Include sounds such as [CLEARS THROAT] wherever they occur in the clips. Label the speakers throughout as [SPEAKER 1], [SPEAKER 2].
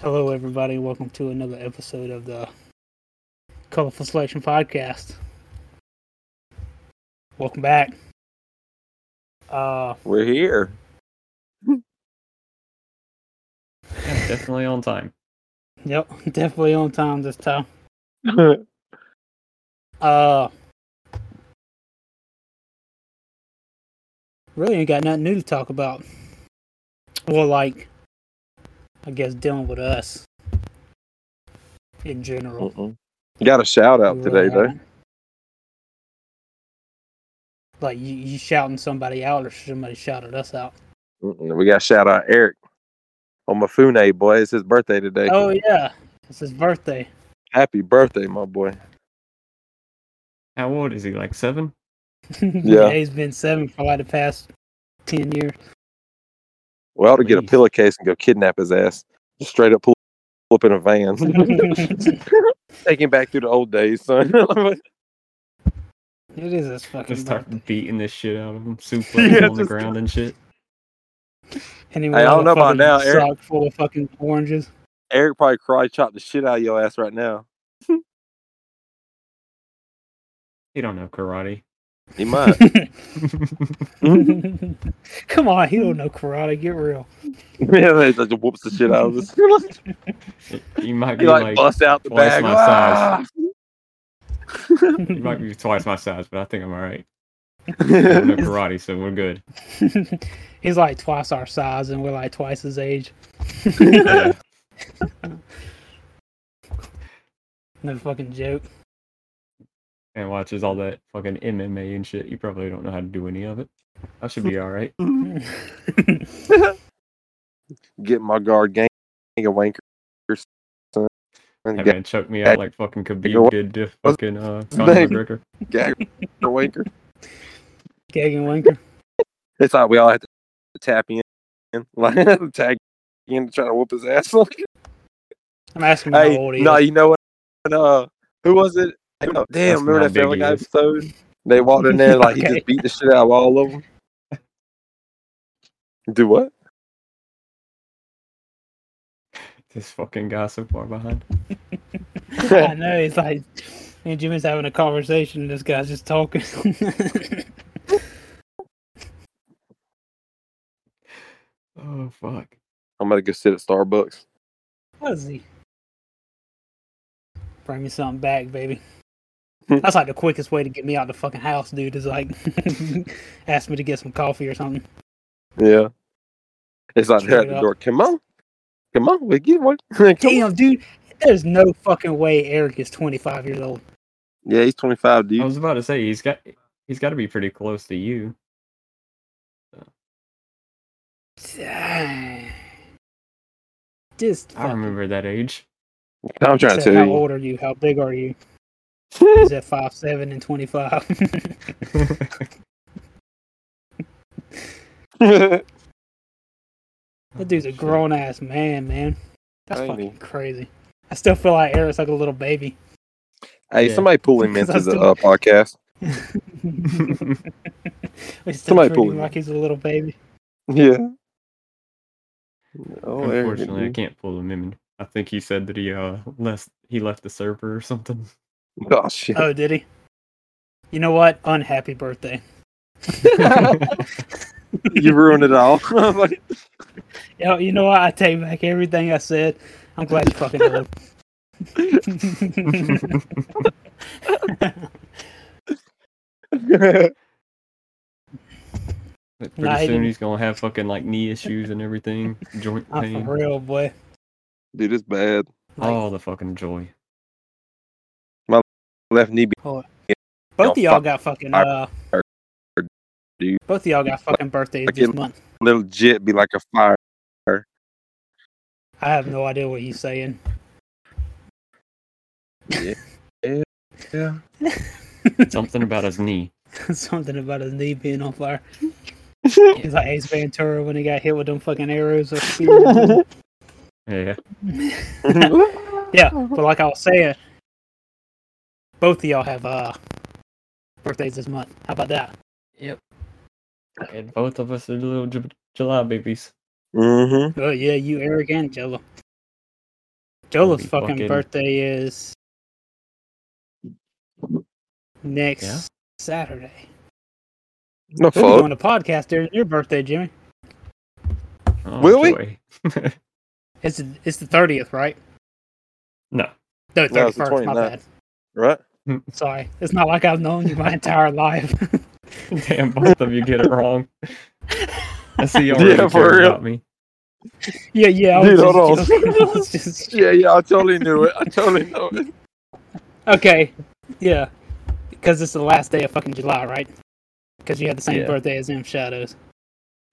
[SPEAKER 1] Hello, everybody. Welcome to another episode of the Colorful Selection Podcast. Welcome back. Uh,
[SPEAKER 2] We're here.
[SPEAKER 3] Yeah, definitely on time.
[SPEAKER 1] yep, [LAUGHS] definitely on time this time. Uh, really ain't got nothing new to talk about. Well, like, I guess dealing with us in general.
[SPEAKER 2] Mm-mm. Got a shout out
[SPEAKER 1] You
[SPEAKER 2] today
[SPEAKER 1] really
[SPEAKER 2] though.
[SPEAKER 1] haven't. Like you, you shouting somebody out, or somebody shouted us out.
[SPEAKER 2] Mm-mm. We got a shout out Eric on my Fune boy. It's his birthday today.
[SPEAKER 1] Oh yeah, it's his birthday. [LAUGHS]
[SPEAKER 2] Happy birthday, my boy.
[SPEAKER 3] How old is he? Like seven?
[SPEAKER 2] Yeah.
[SPEAKER 1] he's been seven for like the past ten
[SPEAKER 2] [LAUGHS]
[SPEAKER 1] years. [LAUGHS]
[SPEAKER 2] We ought to get a
[SPEAKER 3] Please.
[SPEAKER 2] pillowcase and go kidnap his ass. Just straight up pull pull up in a
[SPEAKER 1] [LAUGHS]
[SPEAKER 2] van.
[SPEAKER 1] it
[SPEAKER 2] Take him back through the old days, son. [LAUGHS]
[SPEAKER 1] is his fucking
[SPEAKER 3] Just start
[SPEAKER 1] birthday.
[SPEAKER 3] beating this shit out of
[SPEAKER 2] [LAUGHS]
[SPEAKER 3] him, super
[SPEAKER 2] Yeah,
[SPEAKER 3] on the
[SPEAKER 2] just-
[SPEAKER 3] ground and shit.
[SPEAKER 1] Anyway,
[SPEAKER 2] Hey, I don't know about now, Eric.
[SPEAKER 1] Sock full of fucking oranges. [LAUGHS]
[SPEAKER 2] Eric probably cry chopped the shit out of your ass right now.
[SPEAKER 3] He don't know karate.
[SPEAKER 2] He might. [LAUGHS]
[SPEAKER 1] Come on, he don't know karate. Get real.
[SPEAKER 2] yeah, he just whoops the shit out of us.
[SPEAKER 3] he might
[SPEAKER 2] He
[SPEAKER 3] be
[SPEAKER 2] like,
[SPEAKER 3] like,
[SPEAKER 2] busts out the
[SPEAKER 3] twice
[SPEAKER 2] bag.
[SPEAKER 3] my
[SPEAKER 2] Ah!
[SPEAKER 3] size. he might be twice my size, but I think I'm all
[SPEAKER 2] [LAUGHS]
[SPEAKER 3] right.
[SPEAKER 2] Ah!
[SPEAKER 3] I don't know karate, so we're good.
[SPEAKER 1] [LAUGHS] he's like twice our size, and we're like twice his age.
[SPEAKER 3] Yeah.
[SPEAKER 1] No fucking
[SPEAKER 2] [LAUGHS]
[SPEAKER 1] joke. [LAUGHS]
[SPEAKER 3] and watches all that fucking MMA and shit. You probably don't know how to do any of it. I should be all right.
[SPEAKER 2] Get my guard gang gang of wankers. son. And
[SPEAKER 3] That
[SPEAKER 2] gang-
[SPEAKER 3] man choked me out like fucking Khabib did to fucking uh, Conor
[SPEAKER 2] Thank-
[SPEAKER 3] McGregor.
[SPEAKER 1] [LAUGHS]
[SPEAKER 2] gagger wanker.
[SPEAKER 1] Gag and Winker.
[SPEAKER 2] It's like we all had to tap in, [LAUGHS] like tag in, trying to whoop his ass. [LAUGHS]
[SPEAKER 1] I'm asking him
[SPEAKER 2] hey,
[SPEAKER 1] how old he
[SPEAKER 2] no,
[SPEAKER 1] is.
[SPEAKER 2] you know what? And, uh, who was it? I don't know.
[SPEAKER 3] That's
[SPEAKER 2] Damn, remember
[SPEAKER 3] how
[SPEAKER 2] that Family
[SPEAKER 3] big
[SPEAKER 2] Guy
[SPEAKER 3] he is.
[SPEAKER 2] episode? They walked in there like he
[SPEAKER 1] Okay.
[SPEAKER 2] just beat the shit out of all of them.
[SPEAKER 1] [LAUGHS]
[SPEAKER 2] Do what?
[SPEAKER 3] This fucking guy so far behind.
[SPEAKER 1] I know he's like, me and Jimmy's having a conversation. And this guy's just talking. [LAUGHS]
[SPEAKER 3] Oh fuck.
[SPEAKER 2] [LAUGHS] I'm gonna go sit at Starbucks.
[SPEAKER 1] what is he? Bring me something back, baby. That's like the quickest way to get me out of the fucking house, dude. Is like, [LAUGHS] ask me to get some coffee or something.
[SPEAKER 2] Yeah, it's like they're at
[SPEAKER 1] Straight
[SPEAKER 2] the
[SPEAKER 1] up.
[SPEAKER 2] door. Come on, come on, we get one. [LAUGHS] Come on.
[SPEAKER 1] Damn, dude, there's no fucking way Eric is 25 years old.
[SPEAKER 2] Yeah, he's 25, dude.
[SPEAKER 3] I was about to say he's got he's got to be pretty close to you.
[SPEAKER 1] Dang. Just
[SPEAKER 3] I
[SPEAKER 1] fucking-
[SPEAKER 3] remember that age. [LAUGHS]
[SPEAKER 2] I'm trying to
[SPEAKER 1] said,
[SPEAKER 2] tell
[SPEAKER 1] how
[SPEAKER 2] you.
[SPEAKER 1] old are you? How big are you? Is that five seven and twenty five? [LAUGHS] that
[SPEAKER 2] Oh,
[SPEAKER 1] dude's a grown ass man, man. That's
[SPEAKER 2] Ain't he?
[SPEAKER 1] fucking crazy. I still feel like Eric's like a little baby.
[SPEAKER 2] [LAUGHS]
[SPEAKER 1] [LAUGHS]
[SPEAKER 2] hey,
[SPEAKER 3] Yeah.
[SPEAKER 2] somebody pull him
[SPEAKER 1] Because I
[SPEAKER 2] into the
[SPEAKER 1] still-
[SPEAKER 2] uh, podcast.
[SPEAKER 1] we still
[SPEAKER 2] Somebody
[SPEAKER 1] treat
[SPEAKER 2] pull
[SPEAKER 1] him
[SPEAKER 2] him.
[SPEAKER 1] like he's a little baby.
[SPEAKER 2] Yeah. Oh, there it
[SPEAKER 3] Unfortunately, I
[SPEAKER 2] is.
[SPEAKER 3] can't pull him in. I think he said that he uh left he left the server
[SPEAKER 1] [LAUGHS]
[SPEAKER 3] or something. [LAUGHS]
[SPEAKER 2] Oh shit. [LAUGHS]
[SPEAKER 1] Oh, did he? You know what? Unhappy birthday.
[SPEAKER 2] you ruined it all. [LAUGHS] I'm like,
[SPEAKER 1] Yo, you know what? I take back everything I said. I'm glad you fucking know.
[SPEAKER 3] But
[SPEAKER 1] Nah, he
[SPEAKER 3] pretty soon
[SPEAKER 1] didn't.
[SPEAKER 3] he's gonna have fucking like knee issues and everything, joint
[SPEAKER 1] I'm
[SPEAKER 3] pain,
[SPEAKER 1] for real, boy.
[SPEAKER 2] Dude, it's bad.
[SPEAKER 1] Like,
[SPEAKER 3] all the fucking joy.
[SPEAKER 2] Left knee be
[SPEAKER 1] both
[SPEAKER 2] yo,
[SPEAKER 1] of y'all
[SPEAKER 2] fuck
[SPEAKER 1] got fucking
[SPEAKER 2] I-
[SPEAKER 1] uh,
[SPEAKER 2] dude.
[SPEAKER 1] both of y'all got fucking birthdays
[SPEAKER 2] Like,
[SPEAKER 1] this
[SPEAKER 2] it-
[SPEAKER 1] month.
[SPEAKER 2] legit be like a fire.
[SPEAKER 1] I have no idea what he's saying. [LAUGHS]
[SPEAKER 2] [LAUGHS] Yeah.
[SPEAKER 3] Something about his knee.
[SPEAKER 1] Something about his knee being on fire. He's like Ace Ventura when he got hit with them fucking arrows. Or spears.
[SPEAKER 3] Yeah,
[SPEAKER 1] yeah, but like I was saying, both of y'all have uh birthdays this month. How about that?
[SPEAKER 3] and both of us are little j- July babies.
[SPEAKER 2] Mm-hmm.
[SPEAKER 1] Oh yeah, you Eric and Jolo. Jolo's
[SPEAKER 3] be
[SPEAKER 1] fucking,
[SPEAKER 3] fucking-
[SPEAKER 1] birthday is next Saturday.
[SPEAKER 2] No
[SPEAKER 1] We'll be
[SPEAKER 2] fuck.
[SPEAKER 1] doing a podcast during your birthday, Jimmy.
[SPEAKER 3] Oh,
[SPEAKER 2] Will we?
[SPEAKER 3] joy.
[SPEAKER 1] It's it's the thirtieth, right?
[SPEAKER 3] No. [LAUGHS]
[SPEAKER 1] No,
[SPEAKER 2] No,
[SPEAKER 1] thirty
[SPEAKER 2] it's the
[SPEAKER 1] first. my
[SPEAKER 2] 29th.
[SPEAKER 1] bad.
[SPEAKER 2] Right?
[SPEAKER 1] Sorry, it's not like I've known you my entire life. [LAUGHS]
[SPEAKER 3] Damn, both of you get it wrong. I see y'all
[SPEAKER 2] Yeah,
[SPEAKER 3] really
[SPEAKER 2] for
[SPEAKER 3] care
[SPEAKER 2] real.
[SPEAKER 3] about me.
[SPEAKER 1] yeah, yeah. I was
[SPEAKER 2] Dude,
[SPEAKER 1] just
[SPEAKER 2] hold on.
[SPEAKER 1] joking. [LAUGHS] I was just-
[SPEAKER 2] Yeah, yeah, I totally knew it. I totally know
[SPEAKER 1] [LAUGHS]
[SPEAKER 2] it.
[SPEAKER 1] okay, yeah, because it's the last day of fucking July, right? Because you had the same
[SPEAKER 3] Yeah.
[SPEAKER 1] birthday as M Shadows.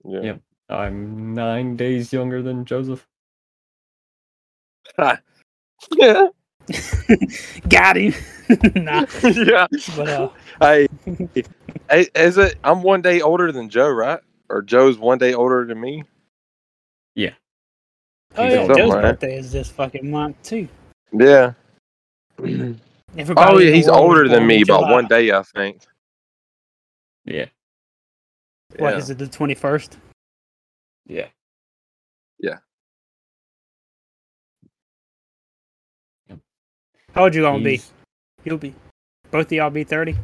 [SPEAKER 2] Yeah.
[SPEAKER 3] Yep. I'm nine days younger than
[SPEAKER 2] [CLEARS THROAT]
[SPEAKER 3] Joseph.
[SPEAKER 2] Yeah.
[SPEAKER 1] Got him. [LAUGHS] nah,
[SPEAKER 2] [LAUGHS] yeah.
[SPEAKER 1] but uh,
[SPEAKER 2] Hey, hey, is it? I'm one day older than Joe, right? Or Joe's one day older than me?
[SPEAKER 1] oh
[SPEAKER 3] He's
[SPEAKER 1] yeah,
[SPEAKER 3] something
[SPEAKER 1] Joe's
[SPEAKER 2] like that.
[SPEAKER 1] birthday is this fucking month too.
[SPEAKER 2] Yeah.
[SPEAKER 1] Everybody
[SPEAKER 2] Oh,
[SPEAKER 1] in
[SPEAKER 2] yeah,
[SPEAKER 1] the world was
[SPEAKER 2] he's older
[SPEAKER 1] born
[SPEAKER 2] than
[SPEAKER 1] in
[SPEAKER 2] me by
[SPEAKER 1] July.
[SPEAKER 2] one day, I think.
[SPEAKER 3] Yeah.
[SPEAKER 1] What
[SPEAKER 2] Yeah.
[SPEAKER 1] is it? The twenty first.
[SPEAKER 3] Yeah.
[SPEAKER 2] Yeah.
[SPEAKER 1] How old you gonna be?
[SPEAKER 3] He's-
[SPEAKER 1] You'll be. Both of y'all be thirty.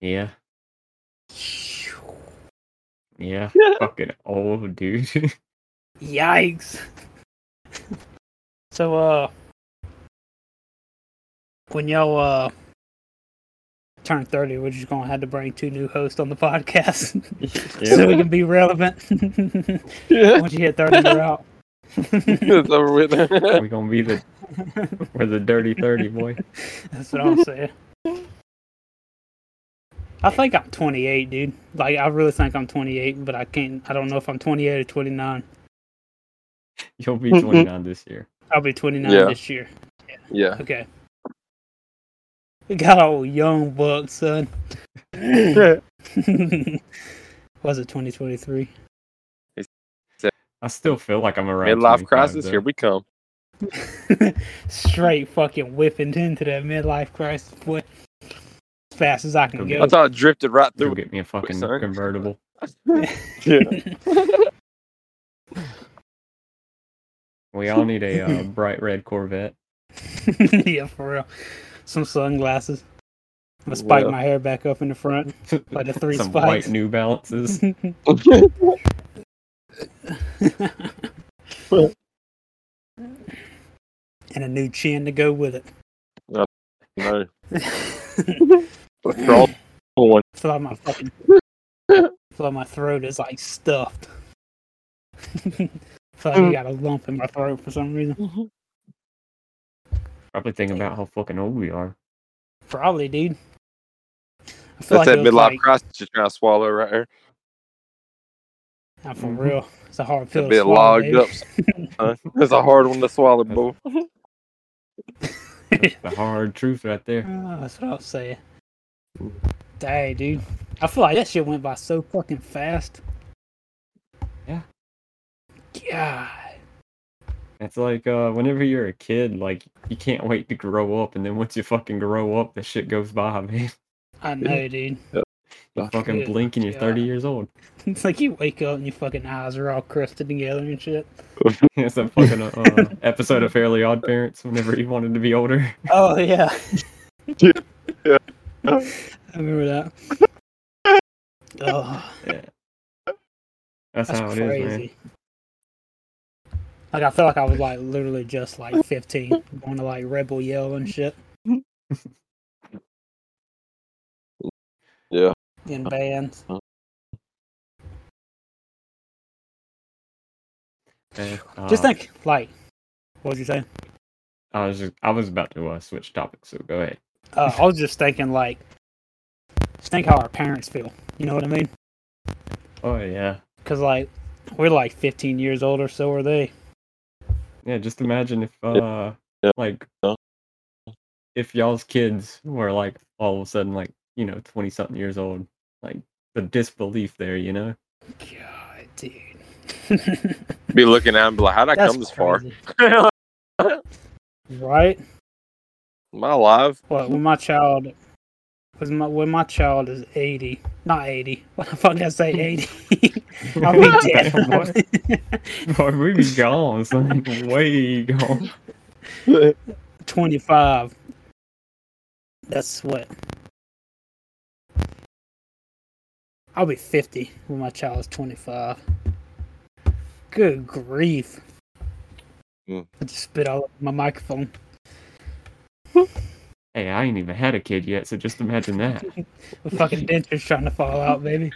[SPEAKER 3] Yeah.
[SPEAKER 2] [LAUGHS]
[SPEAKER 3] Yeah.
[SPEAKER 2] Yeah.
[SPEAKER 3] Fucking old dude.
[SPEAKER 1] Yikes. so uh when y'all uh turn thirty, we're just gonna have to bring two new hosts on the podcast [LAUGHS] so we
[SPEAKER 3] yeah.
[SPEAKER 1] can be relevant. [LAUGHS]
[SPEAKER 2] Yeah.
[SPEAKER 1] Once you hit thirty you're out. [LAUGHS]
[SPEAKER 2] [LAUGHS] it's over with.
[SPEAKER 3] We're gonna be the we're the dirty thirty boy.
[SPEAKER 1] That's what I'm saying. I think I'm 28, dude. Like, I really think I'm 28, but I can't. I don't know if I'm 28 or 29.
[SPEAKER 3] You'll be
[SPEAKER 1] Mm-hmm.
[SPEAKER 2] Mhm.
[SPEAKER 3] twenty nine this year.
[SPEAKER 1] I'll be 29
[SPEAKER 2] Yeah.
[SPEAKER 1] this year.
[SPEAKER 2] [LAUGHS] yeah.
[SPEAKER 1] Okay. We got old young buck, son. [LAUGHS] Was it 2023?
[SPEAKER 3] I still feel like I'm around.
[SPEAKER 2] Midlife
[SPEAKER 3] 25,
[SPEAKER 2] crisis,
[SPEAKER 3] though.
[SPEAKER 2] here we come.
[SPEAKER 1] [LAUGHS] Straight fucking whipping into that midlife crisis, boy. As fast as I can
[SPEAKER 3] Come
[SPEAKER 1] go.
[SPEAKER 2] I thought I drifted right
[SPEAKER 3] Go
[SPEAKER 2] through
[SPEAKER 3] get me a fucking
[SPEAKER 2] son.
[SPEAKER 3] convertible.
[SPEAKER 1] [LAUGHS]
[SPEAKER 2] [LAUGHS] it.
[SPEAKER 3] We all need a
[SPEAKER 1] [LAUGHS]
[SPEAKER 3] uh, bright red Corvette.
[SPEAKER 1] yeah, for real. Some sunglasses. I'm gonna spike
[SPEAKER 2] Yeah.
[SPEAKER 1] my hair back up in the front. Like the
[SPEAKER 3] [LAUGHS]
[SPEAKER 1] three
[SPEAKER 3] Some
[SPEAKER 1] spikes.
[SPEAKER 3] white
[SPEAKER 1] [LAUGHS]
[SPEAKER 3] New Balances.
[SPEAKER 2] Yeah. Well.
[SPEAKER 1] and a new chin to go with it.
[SPEAKER 2] no.
[SPEAKER 1] [LAUGHS] it's [LAUGHS]
[SPEAKER 2] Crawl one.
[SPEAKER 1] like my fucking. It's like my throat is like stuffed. [LAUGHS] it's like I got a lump in my throat for some reason.
[SPEAKER 3] Probably thinking about how fucking old we are.
[SPEAKER 1] Probably, dude. I
[SPEAKER 2] That's
[SPEAKER 1] it
[SPEAKER 2] that midlife
[SPEAKER 1] was like-
[SPEAKER 2] crisis you're trying to swallow right here.
[SPEAKER 1] Nah, for
[SPEAKER 3] Mhm.
[SPEAKER 1] real. It's a hard
[SPEAKER 2] It's a
[SPEAKER 1] pill. to
[SPEAKER 2] bit
[SPEAKER 1] swallow,
[SPEAKER 2] logged
[SPEAKER 1] baby.
[SPEAKER 2] up.
[SPEAKER 1] [LAUGHS]
[SPEAKER 2] son. That's a hard one to swallow, boy.
[SPEAKER 3] That's the hard truth right there.
[SPEAKER 1] Oh, that's what I was saying. Dang, dude. I feel like that shit went by so fucking fast.
[SPEAKER 3] Yeah.
[SPEAKER 1] God.
[SPEAKER 3] It's like uh, whenever you're a kid, like you can't wait to grow up, and then once you fucking grow up, the shit goes by, [LAUGHS] man.
[SPEAKER 1] I know, dude. [LAUGHS]
[SPEAKER 3] You
[SPEAKER 2] Yeah.
[SPEAKER 3] fucking
[SPEAKER 1] Yeah.
[SPEAKER 3] blink and you're 30 years old. [LAUGHS]
[SPEAKER 1] It's like you wake up and your fucking eyes are all crusted together and shit.
[SPEAKER 3] It's a fucking uh, uh,
[SPEAKER 1] [LAUGHS]
[SPEAKER 3] episode of Fairly Odd Parents. Whenever he wanted to be older,
[SPEAKER 1] Oh, yeah.
[SPEAKER 2] Yeah. Yeah.
[SPEAKER 1] [LAUGHS] I remember that. Oh,
[SPEAKER 3] that's,
[SPEAKER 1] that's
[SPEAKER 3] how it is,
[SPEAKER 1] crazy.
[SPEAKER 3] man.
[SPEAKER 1] Like, I felt like I was, like, literally just, like, 15, going to, like, Rebel Yell and shit.
[SPEAKER 2] Yeah.
[SPEAKER 1] in bands.
[SPEAKER 3] And,
[SPEAKER 1] Just
[SPEAKER 3] uh,
[SPEAKER 1] think, like, what was you saying?
[SPEAKER 3] I was just, I was about to uh, switch topics, so go ahead.
[SPEAKER 1] Uh, I was just thinking, like, just think how our parents feel. You know what I mean?
[SPEAKER 3] Oh yeah,
[SPEAKER 1] Because, like, we're like 15 years old or so are they.
[SPEAKER 3] yeah. Just imagine if uh,
[SPEAKER 2] Yeah.
[SPEAKER 3] like,
[SPEAKER 2] Yeah.
[SPEAKER 3] if y'all's kids were like all of a sudden like you know 20 something years old, like the disbelief there, you know. [LAUGHS]
[SPEAKER 1] God, dude.
[SPEAKER 2] Be looking at him, be like, how'd I
[SPEAKER 1] That's
[SPEAKER 2] come this far?
[SPEAKER 1] crazy. Right?
[SPEAKER 2] [LAUGHS] Am I alive?
[SPEAKER 1] [LAUGHS] Well, when my child, Because my, when my child is 80, not 80, [LAUGHS] what the fuck did I say 80? I'll be dead. [LAUGHS]
[SPEAKER 3] [LAUGHS] Boy, we be gone. It's like way gone.
[SPEAKER 1] 25. That's what. I'll be 50 when my child is 25. Good grief.
[SPEAKER 2] Mm.
[SPEAKER 1] I just spit all over my microphone. [LAUGHS]
[SPEAKER 3] Hey, I ain't even had a kid yet, so just imagine that.
[SPEAKER 1] The fucking dentures trying to fall out, baby.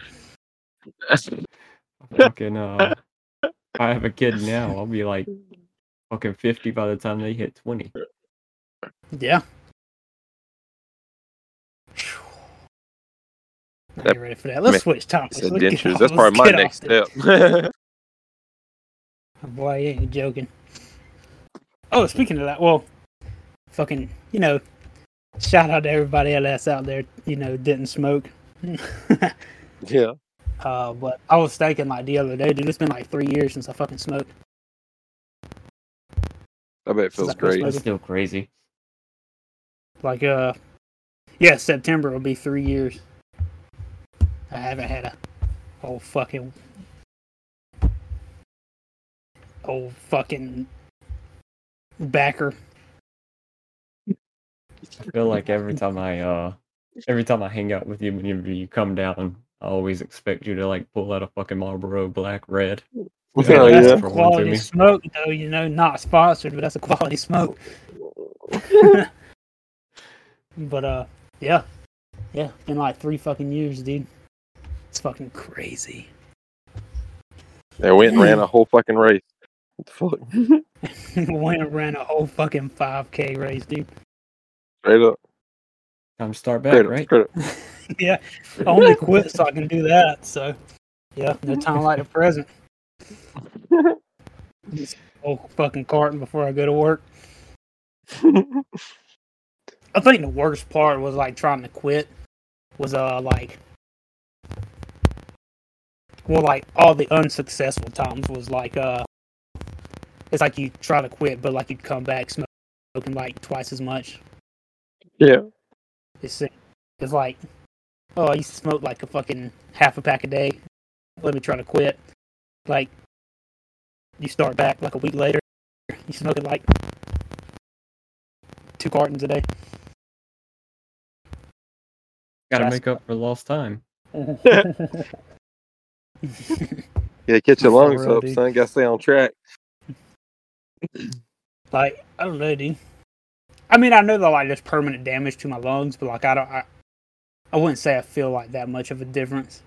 [SPEAKER 3] Fucking, uh, if I have a kid now, I'll be like fucking 50 by the time they hit 20.
[SPEAKER 1] Yeah. Now
[SPEAKER 2] That-
[SPEAKER 1] you ready for that? Let's
[SPEAKER 2] man,
[SPEAKER 1] switch topics.
[SPEAKER 2] Said
[SPEAKER 1] Let's get
[SPEAKER 2] dentures.
[SPEAKER 1] off-
[SPEAKER 2] That's
[SPEAKER 1] let's
[SPEAKER 2] probably my
[SPEAKER 1] get
[SPEAKER 2] next
[SPEAKER 1] off this.
[SPEAKER 2] step. [LAUGHS] That's
[SPEAKER 1] Boy, you ain't joking. Oh, speaking of that, well, fucking, you know, shout out to everybody else out there, you know, didn't smoke. [LAUGHS]
[SPEAKER 2] Yeah.
[SPEAKER 1] uh, but I was thinking like the other day, dude, it's been like three years since I fucking smoked.
[SPEAKER 2] I bet it feels
[SPEAKER 1] Exactly.
[SPEAKER 2] great.
[SPEAKER 3] That's still crazy.
[SPEAKER 1] Like, uh, yeah, September will be three years. I haven't had a whole fucking, old fucking backer.
[SPEAKER 3] I feel like every time I, uh, every time I hang out with you, whenever you come down, I always expect you to like pull out a fucking Marlboro Black Red.
[SPEAKER 2] Oh,
[SPEAKER 1] that's
[SPEAKER 2] yeah.
[SPEAKER 1] a
[SPEAKER 3] For one,
[SPEAKER 1] quality
[SPEAKER 3] Jimmy.
[SPEAKER 1] smoke, though. You know, not sponsored, but that's a quality
[SPEAKER 2] [LAUGHS]
[SPEAKER 1] smoke. but uh, yeah, yeah, in like three fucking years, dude. It's fucking crazy. [LAUGHS]
[SPEAKER 2] They went and
[SPEAKER 3] Hmm.
[SPEAKER 2] ran a whole fucking race. What the fuck?
[SPEAKER 1] Went and ran a whole fucking five k race, dude.
[SPEAKER 2] Straight up.
[SPEAKER 3] Time to start
[SPEAKER 2] Straight
[SPEAKER 3] back,
[SPEAKER 2] up.
[SPEAKER 3] right?
[SPEAKER 2] Straight up.
[SPEAKER 1] yeah, I [LAUGHS] only quit so I can do that. So, yeah, no time like the present. Just whole fucking carton before I go to work. I think the worst part was like trying to quit was uh like well like all the unsuccessful times was like uh it's like you try to quit but like you come back smoking, smoking like twice as much.
[SPEAKER 2] Yeah.
[SPEAKER 1] It's it's like oh I used to smoke like a fucking half a pack a day. Let me try to quit. Like you start back like a week later. You smoking like two cartons a day.
[SPEAKER 3] Gotta
[SPEAKER 1] That's-
[SPEAKER 3] make up for lost time.
[SPEAKER 2] Yeah, get
[SPEAKER 1] For
[SPEAKER 2] your lungs
[SPEAKER 1] real,
[SPEAKER 2] up,
[SPEAKER 1] dude.
[SPEAKER 2] son. Gotta stay on track.
[SPEAKER 1] like I don't know, dude. I mean, I know that like there's permanent damage to my lungs, but like I don't, I, I wouldn't say I feel like that much of a difference.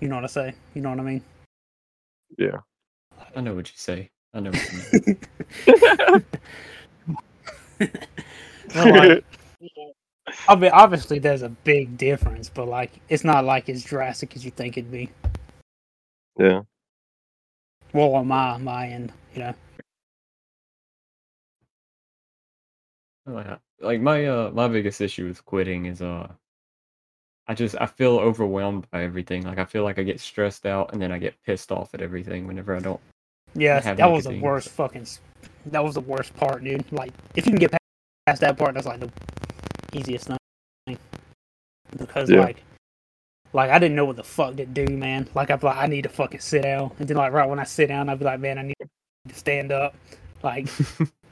[SPEAKER 1] You know what I say? You know what I mean?
[SPEAKER 3] I know what you say. I know. What you mean.
[SPEAKER 1] Well, like, I mean, obviously there's a big difference, but like it's not like as drastic as you think it'd be.
[SPEAKER 2] [LAUGHS] Yeah.
[SPEAKER 1] Well, on my my end, you know.
[SPEAKER 3] Oh, yeah. like my uh my biggest issue with quitting is uh I just I feel overwhelmed by everything. Like I feel like I get stressed out and then I get pissed off at everything whenever I don't.
[SPEAKER 1] Yeah,
[SPEAKER 3] have
[SPEAKER 1] that was the
[SPEAKER 3] nicotine,
[SPEAKER 1] worst fucking. s- That was the worst part, dude. Like, if you can get pa- past that part, that's like the easiest thing. Because
[SPEAKER 2] Yeah.
[SPEAKER 1] like, like I didn't know what the fuck to do, man. Like I'm like, I need to fucking sit down, and then like right when I sit down, I'd be like, man, I need to stand up.
[SPEAKER 3] [LAUGHS]
[SPEAKER 1] Like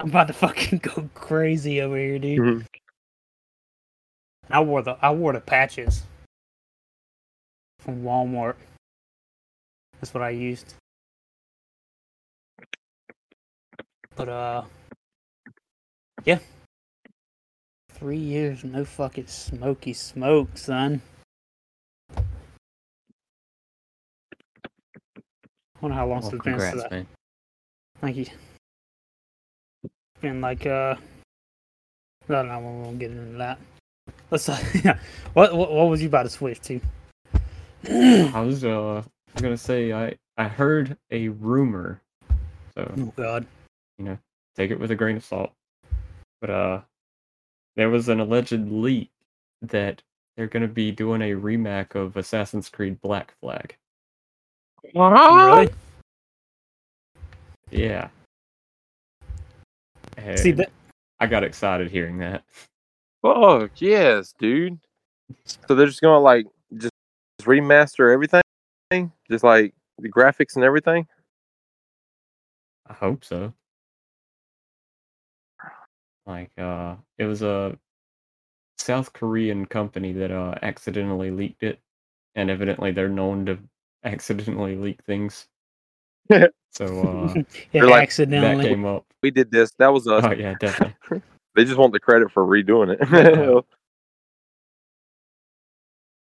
[SPEAKER 1] I'm about to fucking go crazy over here, dude.
[SPEAKER 3] Mm-hmm.
[SPEAKER 2] Mhm.
[SPEAKER 1] And I wore the I wore the patches from Walmart. That's what I used. But uh yeah. Three years no fucking smoky smoke, son. wonder how long it's
[SPEAKER 3] Well,
[SPEAKER 1] been since
[SPEAKER 3] congrats,
[SPEAKER 1] I-
[SPEAKER 3] man.
[SPEAKER 1] Thank you. And like uh I don't know, we won't get into that. Let's [LAUGHS] uh, yeah. What, what what was you about to switch to? [CLEARS THROAT] oh
[SPEAKER 3] I was uh I'm gonna say I I heard a rumor, so
[SPEAKER 1] god.
[SPEAKER 3] take it with a grain of salt. But uh, there was an alleged leak that they're gonna be doing a remake of Assassin's Creed Black Flag.
[SPEAKER 2] Uh,
[SPEAKER 1] Really?
[SPEAKER 3] Yeah. And
[SPEAKER 1] See that
[SPEAKER 3] I got excited hearing that. [LAUGHS]
[SPEAKER 2] Fuck yes, dude. So they're just gonna like just just remaster everything, just like the graphics and everything.
[SPEAKER 3] I hope so. Like uh it was a South Korean company that uh accidentally leaked it and evidently they're known to accidentally leak things. so
[SPEAKER 1] Yeah,
[SPEAKER 3] uh
[SPEAKER 2] They're like,
[SPEAKER 3] that
[SPEAKER 1] accidentally.
[SPEAKER 3] came up.
[SPEAKER 2] We did this. That was us.
[SPEAKER 3] Oh yeah, definitely.
[SPEAKER 2] They just want the credit for redoing [LAUGHS]
[SPEAKER 3] Yeah.
[SPEAKER 2] it.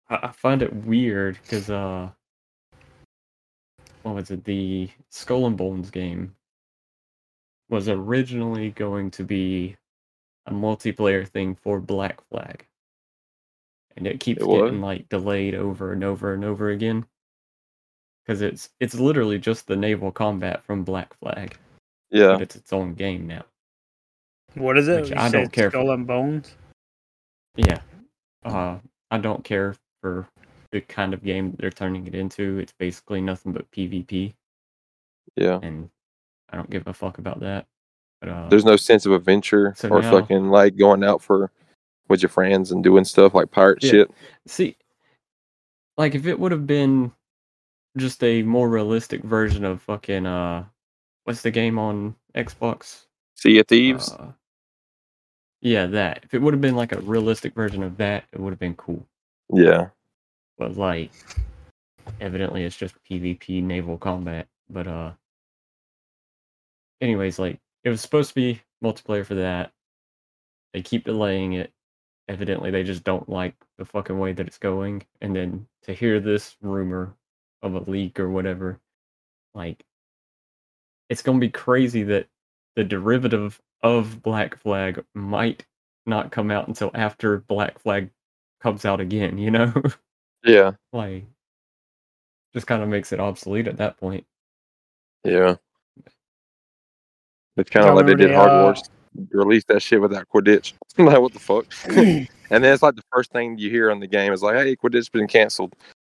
[SPEAKER 3] I, I find it weird because uh what was it? The Skull and Bones game was originally going to be a multiplayer thing for Black Flag. And it keeps
[SPEAKER 2] It was?
[SPEAKER 3] getting like delayed over and over and over again. Cause it's it's literally just the naval combat from Black Flag,
[SPEAKER 2] yeah.
[SPEAKER 3] but it's its own game now.
[SPEAKER 1] What is it?
[SPEAKER 3] Which
[SPEAKER 1] You
[SPEAKER 3] I
[SPEAKER 1] said
[SPEAKER 3] don't care
[SPEAKER 1] Skull
[SPEAKER 3] for.
[SPEAKER 1] and
[SPEAKER 3] [CLEARS THROAT]
[SPEAKER 1] bones.
[SPEAKER 3] Yeah. Uh, I don't care for the kind of game that they're turning it into. It's basically nothing but PvP,
[SPEAKER 2] Yeah.
[SPEAKER 3] and I don't give a fuck about that. But uh,
[SPEAKER 2] There's no sense of adventure
[SPEAKER 3] So
[SPEAKER 2] or
[SPEAKER 3] now-
[SPEAKER 2] fucking like going out for with your friends and doing stuff like pirate
[SPEAKER 3] Yeah.
[SPEAKER 2] shit.
[SPEAKER 3] see, like if it would have been just a more realistic version of fucking uh, what's the game on Xbox?
[SPEAKER 2] See you thieves.
[SPEAKER 3] Uh, yeah, that. If it would have been like a realistic version of that, it would have been cool.
[SPEAKER 2] yeah.
[SPEAKER 3] but like evidently it's just pvp naval combat but uh anyways like it was supposed to be multiplayer for that they keep delaying it evidently they just don't like the fucking way that it's going and then to hear this rumor of a leak or whatever like it's going to be crazy that the derivative of black flag might not come out until after black flag comes out again you know [LAUGHS]
[SPEAKER 2] Yeah.
[SPEAKER 3] like just kind of makes it obsolete at that point.
[SPEAKER 2] Yeah. It's kind of
[SPEAKER 1] Y'all
[SPEAKER 2] like they
[SPEAKER 1] remember
[SPEAKER 2] did
[SPEAKER 1] the,
[SPEAKER 2] Hard
[SPEAKER 1] uh,
[SPEAKER 2] Wars. Release that shit without Quidditch. [LAUGHS] like what the fuck? And then it's like the first thing you hear on the game is like, "Hey, Quidditch been canceled."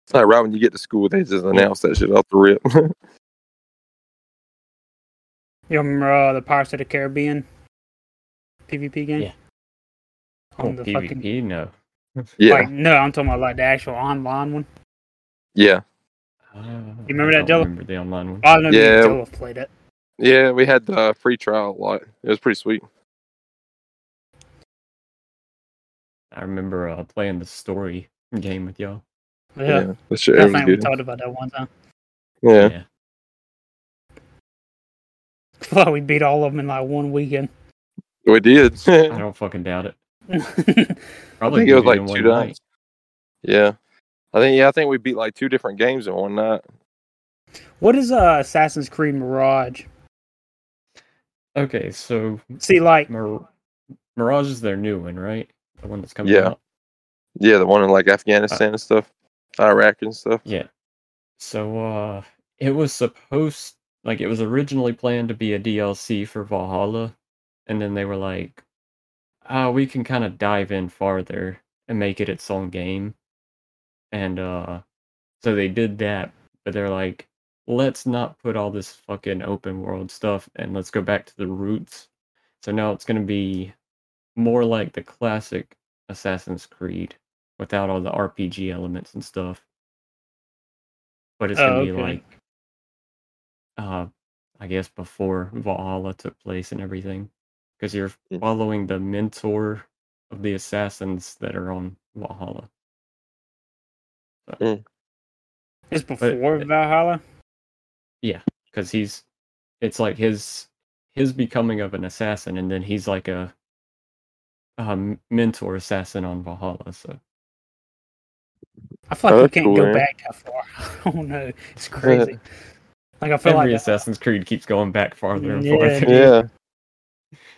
[SPEAKER 2] It's like right when you get to school, they just announce that shit off the rip. [LAUGHS]
[SPEAKER 1] You remember uh, the Pirates of the Caribbean PvP game?
[SPEAKER 3] Yeah. Oh,
[SPEAKER 1] On the
[SPEAKER 3] PvP,
[SPEAKER 1] fucking
[SPEAKER 3] no.
[SPEAKER 2] yeah,
[SPEAKER 1] like no, I'm talking about like the actual online one.
[SPEAKER 2] yeah,
[SPEAKER 3] Uh,
[SPEAKER 1] You remember
[SPEAKER 3] I
[SPEAKER 1] that,
[SPEAKER 3] don't
[SPEAKER 1] Jello? Ah.
[SPEAKER 3] Remember the online one?
[SPEAKER 1] I don't know
[SPEAKER 2] Yeah.
[SPEAKER 1] if you have Oh, played it.
[SPEAKER 2] yeah. We had the uh, free trial a lot. It was pretty sweet.
[SPEAKER 3] I remember uh, playing the story game with y'all.
[SPEAKER 1] Yeah,
[SPEAKER 2] that shit
[SPEAKER 1] I
[SPEAKER 2] it was
[SPEAKER 1] think we
[SPEAKER 2] good.
[SPEAKER 1] talked about that one time.
[SPEAKER 2] [LAUGHS]
[SPEAKER 1] [LAUGHS]
[SPEAKER 2] Yeah.
[SPEAKER 1] Well, we beat all of them in like one weekend.
[SPEAKER 2] we did. [LAUGHS]
[SPEAKER 3] I
[SPEAKER 2] I
[SPEAKER 3] don't fucking doubt it.
[SPEAKER 1] yeah,
[SPEAKER 3] Probably
[SPEAKER 2] think it was
[SPEAKER 3] beat
[SPEAKER 2] like
[SPEAKER 3] in
[SPEAKER 2] two
[SPEAKER 3] one night.
[SPEAKER 2] times. Yeah, I think yeah, I think we beat like two different games in one night.
[SPEAKER 1] [LAUGHS] what is uh, Assassin's Creed Mirage?
[SPEAKER 3] Okay, so
[SPEAKER 1] See, like
[SPEAKER 3] Mir- Mirage is their new one, right? The one that's coming
[SPEAKER 2] Yeah.
[SPEAKER 3] out.
[SPEAKER 2] Yeah, the one in like Afghanistan and stuff, Iraq and stuff.
[SPEAKER 3] Yeah. So uh, it was supposed like it was originally planned to be a DLC for Valhalla, and then they were like, uh, we can kind of dive in farther and make it its own game. And uh so they did that, but they're like, let's not put all this fucking open world stuff and let's go back to the roots. So now it's gonna be more like the classic Assassin's Creed without all the RPG elements and stuff. But it's gonna
[SPEAKER 1] Oh,
[SPEAKER 3] be
[SPEAKER 1] okay.
[SPEAKER 3] like uh I guess before Valhalla took place and everything. Because you're
[SPEAKER 2] Mm.
[SPEAKER 3] following the mentor of the assassins that are on Valhalla.
[SPEAKER 1] it's before Valhalla.
[SPEAKER 3] because he's it's like his his becoming of an assassin and then he's like a, um mentor assassin on valhalla so
[SPEAKER 1] I feel like
[SPEAKER 2] Oh, That's
[SPEAKER 1] we can't
[SPEAKER 2] cool,
[SPEAKER 1] go
[SPEAKER 2] man.
[SPEAKER 1] back that far. [LAUGHS] I don't know. It's crazy. like I feel like
[SPEAKER 3] every
[SPEAKER 1] uh,
[SPEAKER 3] assassin's creed keeps going back farther and
[SPEAKER 1] Yeah.
[SPEAKER 3] farther [LAUGHS]
[SPEAKER 2] Yeah.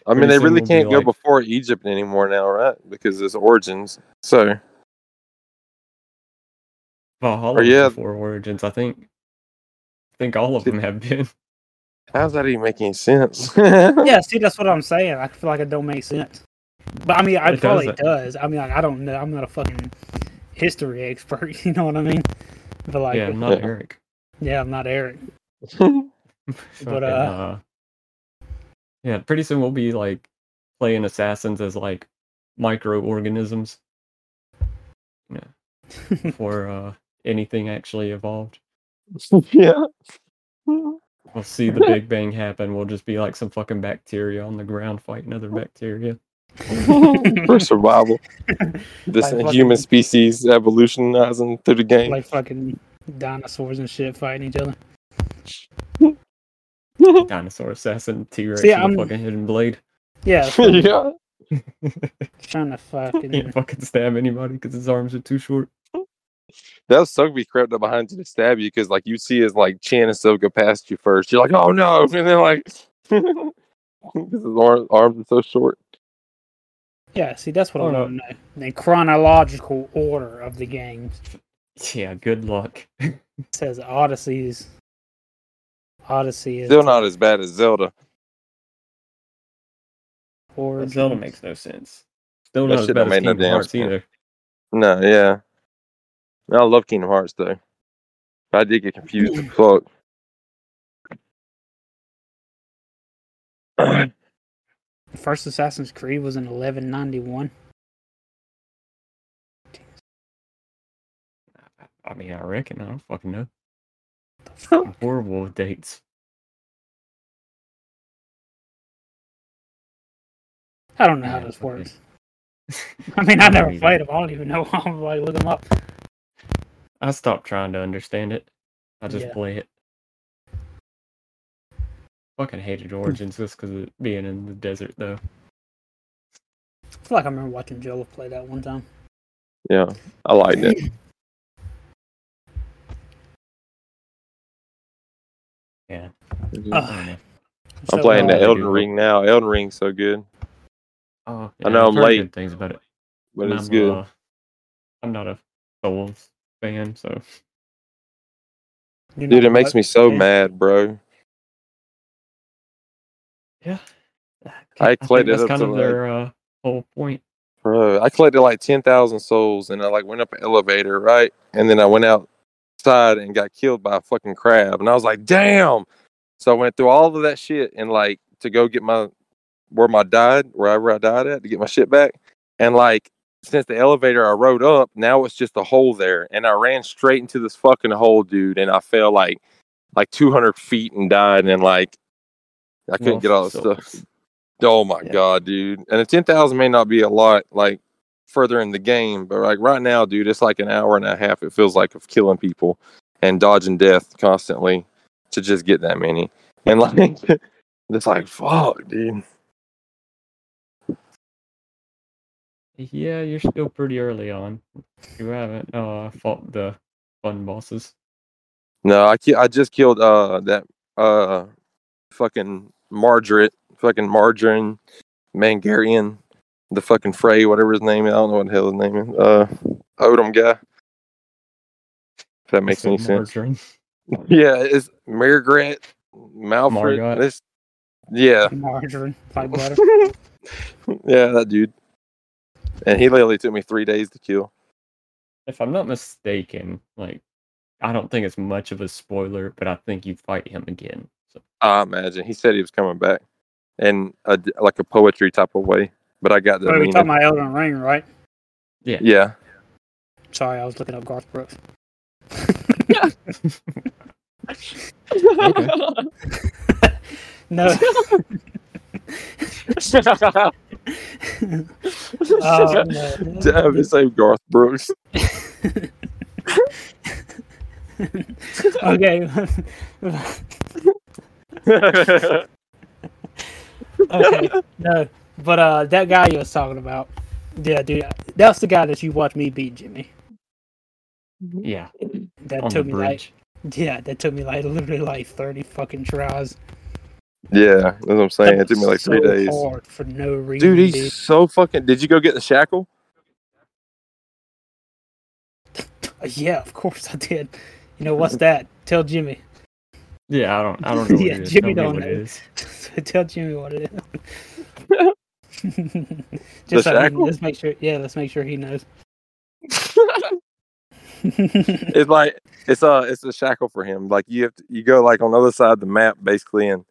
[SPEAKER 2] I mean,
[SPEAKER 3] Pretty
[SPEAKER 2] they
[SPEAKER 3] soon
[SPEAKER 2] really
[SPEAKER 3] we'll be
[SPEAKER 2] can't
[SPEAKER 3] like-
[SPEAKER 2] go before Egypt anymore now, right? Because it's origins. So,
[SPEAKER 3] valhalla was
[SPEAKER 2] yeah.
[SPEAKER 3] before origins i think i think all of them have
[SPEAKER 1] [LAUGHS]
[SPEAKER 3] been
[SPEAKER 2] how's that even make any sense? [LAUGHS]
[SPEAKER 1] yeah. See, that's what I'm saying. I feel like it don't make sense. But I mean, I
[SPEAKER 3] It
[SPEAKER 1] probably
[SPEAKER 3] doesn't.
[SPEAKER 1] does. I mean, like I don't know. I'm not a fucking history expert. [LAUGHS] You know what I mean? But like,
[SPEAKER 3] yeah i'm not
[SPEAKER 2] Yeah.
[SPEAKER 3] eric
[SPEAKER 1] yeah, I'm not Eric.
[SPEAKER 3] Fucking,
[SPEAKER 1] uh,
[SPEAKER 3] yeah pretty soon we'll be like playing assassins as like microorganisms. You
[SPEAKER 1] [LAUGHS]
[SPEAKER 3] know, before uh, anything actually evolved.
[SPEAKER 1] [LAUGHS]
[SPEAKER 2] yeah.
[SPEAKER 3] We'll see the Big Bang happen. We'll just be like some fucking bacteria on the ground fighting other bacteria.
[SPEAKER 2] For
[SPEAKER 1] [LAUGHS]
[SPEAKER 2] survival. This
[SPEAKER 1] Like fucking-
[SPEAKER 2] human species evolutionizing through the game. [LAUGHS]
[SPEAKER 1] like fucking dinosaurs and shit fighting each other.
[SPEAKER 3] Dinosaur assassin, T Rex,
[SPEAKER 1] See,
[SPEAKER 3] with
[SPEAKER 1] I'm-
[SPEAKER 3] a fucking hidden blade.
[SPEAKER 1] Yeah,
[SPEAKER 2] yeah.
[SPEAKER 1] trying to fucking
[SPEAKER 3] Can't fucking stab anybody because his arms are too short.
[SPEAKER 2] That would suck if he crept up behind you to stab you because, like, you see his like chin and stuff go past you first. You're like, oh no, [LAUGHS] and then like, because his arm, arms are so short.
[SPEAKER 1] yeah. See, that's what I
[SPEAKER 3] Oh,
[SPEAKER 1] want
[SPEAKER 3] no.
[SPEAKER 1] to know. The chronological order of the games
[SPEAKER 3] Yeah, good luck.
[SPEAKER 1] It says Odyssey's Odyssey is
[SPEAKER 2] Still not as bad as Zelda.
[SPEAKER 1] origin.
[SPEAKER 3] Zelda makes no sense. Still
[SPEAKER 2] That
[SPEAKER 3] not as
[SPEAKER 2] shit
[SPEAKER 3] bad
[SPEAKER 2] don't
[SPEAKER 3] as
[SPEAKER 2] make no
[SPEAKER 3] Kingdom
[SPEAKER 2] damn
[SPEAKER 3] Hearts
[SPEAKER 2] sense.
[SPEAKER 3] either.
[SPEAKER 2] No, yeah. I love Kingdom Hearts though. I did get confused. as fuck. [CLEARS THROAT]
[SPEAKER 1] First Assassin's Creed was in 1191.
[SPEAKER 3] I mean, I reckon. I don't fucking know.
[SPEAKER 1] The fuck?
[SPEAKER 2] Oh.
[SPEAKER 3] I'm horrible with dates.
[SPEAKER 1] I don't know how
[SPEAKER 3] Yeah,
[SPEAKER 1] this
[SPEAKER 3] okay.
[SPEAKER 1] works. [LAUGHS] I mean, I
[SPEAKER 3] don't
[SPEAKER 1] never
[SPEAKER 3] either.
[SPEAKER 1] played them. I don't even know. [LAUGHS] I'm like, look them up.
[SPEAKER 3] I stopped trying to understand it. I just
[SPEAKER 1] Yeah.
[SPEAKER 3] play it. Fucking hated Origins just because of being in the desert, though.
[SPEAKER 1] I feel like I remember watching Joel play that one time.
[SPEAKER 2] yeah, I liked it.
[SPEAKER 3] Yeah.
[SPEAKER 1] Uh,
[SPEAKER 3] I don't know.
[SPEAKER 2] Mm-hmm. I'm
[SPEAKER 1] so uh,
[SPEAKER 2] playing
[SPEAKER 1] glad-
[SPEAKER 2] the
[SPEAKER 3] glad you
[SPEAKER 2] Elden
[SPEAKER 3] do.
[SPEAKER 2] Ring now. Elden Ring's so good,
[SPEAKER 3] Oh,
[SPEAKER 2] know
[SPEAKER 3] I've
[SPEAKER 2] I'm
[SPEAKER 3] heard
[SPEAKER 2] late,
[SPEAKER 3] good Things about it,
[SPEAKER 2] but
[SPEAKER 3] and
[SPEAKER 2] it's
[SPEAKER 3] I'm,
[SPEAKER 2] good.
[SPEAKER 3] uh, I'm not a Souls fan, so
[SPEAKER 1] You're
[SPEAKER 2] Dude,
[SPEAKER 1] not
[SPEAKER 2] it makes
[SPEAKER 1] what?
[SPEAKER 2] me so
[SPEAKER 1] Yeah.
[SPEAKER 2] mad, bro.
[SPEAKER 3] yeah.
[SPEAKER 2] I played
[SPEAKER 3] think
[SPEAKER 2] it
[SPEAKER 3] That's
[SPEAKER 2] up
[SPEAKER 3] kind
[SPEAKER 2] to,
[SPEAKER 3] of
[SPEAKER 2] like-
[SPEAKER 3] their uh, whole point.
[SPEAKER 2] Bro, I collected like ten thousand souls, and I like went up an elevator, right? And then I went outside and got killed by a fucking crab, and I was like, "Damn!" So I went through all of that shit, and like to go get my where my died, wherever I died at, to get my shit back. And like since the elevator I rode up, now it's just a hole there, and I ran straight into this fucking hole, dude, and I fell like like two hundred feet and died, and like I couldn't get all
[SPEAKER 3] Lost
[SPEAKER 2] this stuff.
[SPEAKER 3] Souls.
[SPEAKER 2] Oh my
[SPEAKER 3] Yeah.
[SPEAKER 2] god, dude! And the ten thousand may not be a lot, like further in the game, but like right now, dude, it's like an hour and a half. It feels like of killing people and dodging death constantly to just get that many. And [LAUGHS] like, it's like fuck, dude.
[SPEAKER 3] Yeah, you're still pretty early on. You haven't uh, fought the fun bosses.
[SPEAKER 2] No, I ki- I just killed uh that uh fucking Margaret, fucking Margarine Mangarian, the fucking Frey, whatever his name. is. I don't know what the hell his name is. Uh, Odom guy. If that makes
[SPEAKER 3] Except
[SPEAKER 2] any sense.
[SPEAKER 3] Margarine.
[SPEAKER 2] Yeah, it's Margaret, Malfred.
[SPEAKER 3] Margot.
[SPEAKER 2] This, yeah,
[SPEAKER 1] Margarine,
[SPEAKER 2] [LAUGHS]
[SPEAKER 1] like butter.
[SPEAKER 2] yeah, that dude. And he literally took me three days to kill.
[SPEAKER 3] if I'm not mistaken, like I don't think it's much of a spoiler, but I think you fight him again. So
[SPEAKER 2] I imagine he said he was coming back, in a, d- like a poetry type of way. But I got the
[SPEAKER 1] Wait, we
[SPEAKER 2] meaning.
[SPEAKER 1] talking about Elden Ring, right?
[SPEAKER 2] yeah, [LAUGHS]
[SPEAKER 1] Sorry, I was looking up Garth Brooks. [LAUGHS]
[SPEAKER 2] [LAUGHS]
[SPEAKER 1] No. [LAUGHS] Oh, no.
[SPEAKER 2] [LAUGHS] damn, it saved Garth
[SPEAKER 1] [LAUGHS]
[SPEAKER 2] Brooks.
[SPEAKER 1] okay. [LAUGHS]
[SPEAKER 2] yeah,
[SPEAKER 1] okay. No. But uh that guy you was talking about. Yeah, dude. That's the guy that you watched me beat Jimmy.
[SPEAKER 3] yeah,
[SPEAKER 1] That
[SPEAKER 3] on the
[SPEAKER 1] took me like
[SPEAKER 3] bridge.
[SPEAKER 1] yeah, that took me like literally like thirty fucking tries.
[SPEAKER 2] that's what I'm saying. It took me like three
[SPEAKER 1] So
[SPEAKER 2] days.
[SPEAKER 1] Hard for no reason.
[SPEAKER 2] Dude,
[SPEAKER 1] Dude,
[SPEAKER 2] he's so fucking. Did you go get
[SPEAKER 1] [LAUGHS]
[SPEAKER 2] the shackle?
[SPEAKER 1] Uh, Yeah, of course I did. You know what's that? Tell Jimmy. [LAUGHS]
[SPEAKER 3] Yeah, I don't, I don't know. What
[SPEAKER 1] Yeah,
[SPEAKER 3] it is.
[SPEAKER 1] Jimmy
[SPEAKER 3] Tell
[SPEAKER 1] don't
[SPEAKER 3] me what it
[SPEAKER 1] know.
[SPEAKER 3] is.
[SPEAKER 1] Tell Jimmy what it is. [LAUGHS]
[SPEAKER 2] The
[SPEAKER 1] Just so he,
[SPEAKER 2] shackle?
[SPEAKER 1] let's make sure. Yeah, let's make sure he knows. [LAUGHS]
[SPEAKER 2] it's like it's a it's a shackle for him. Like you have to, you go like on the other side of the map basically and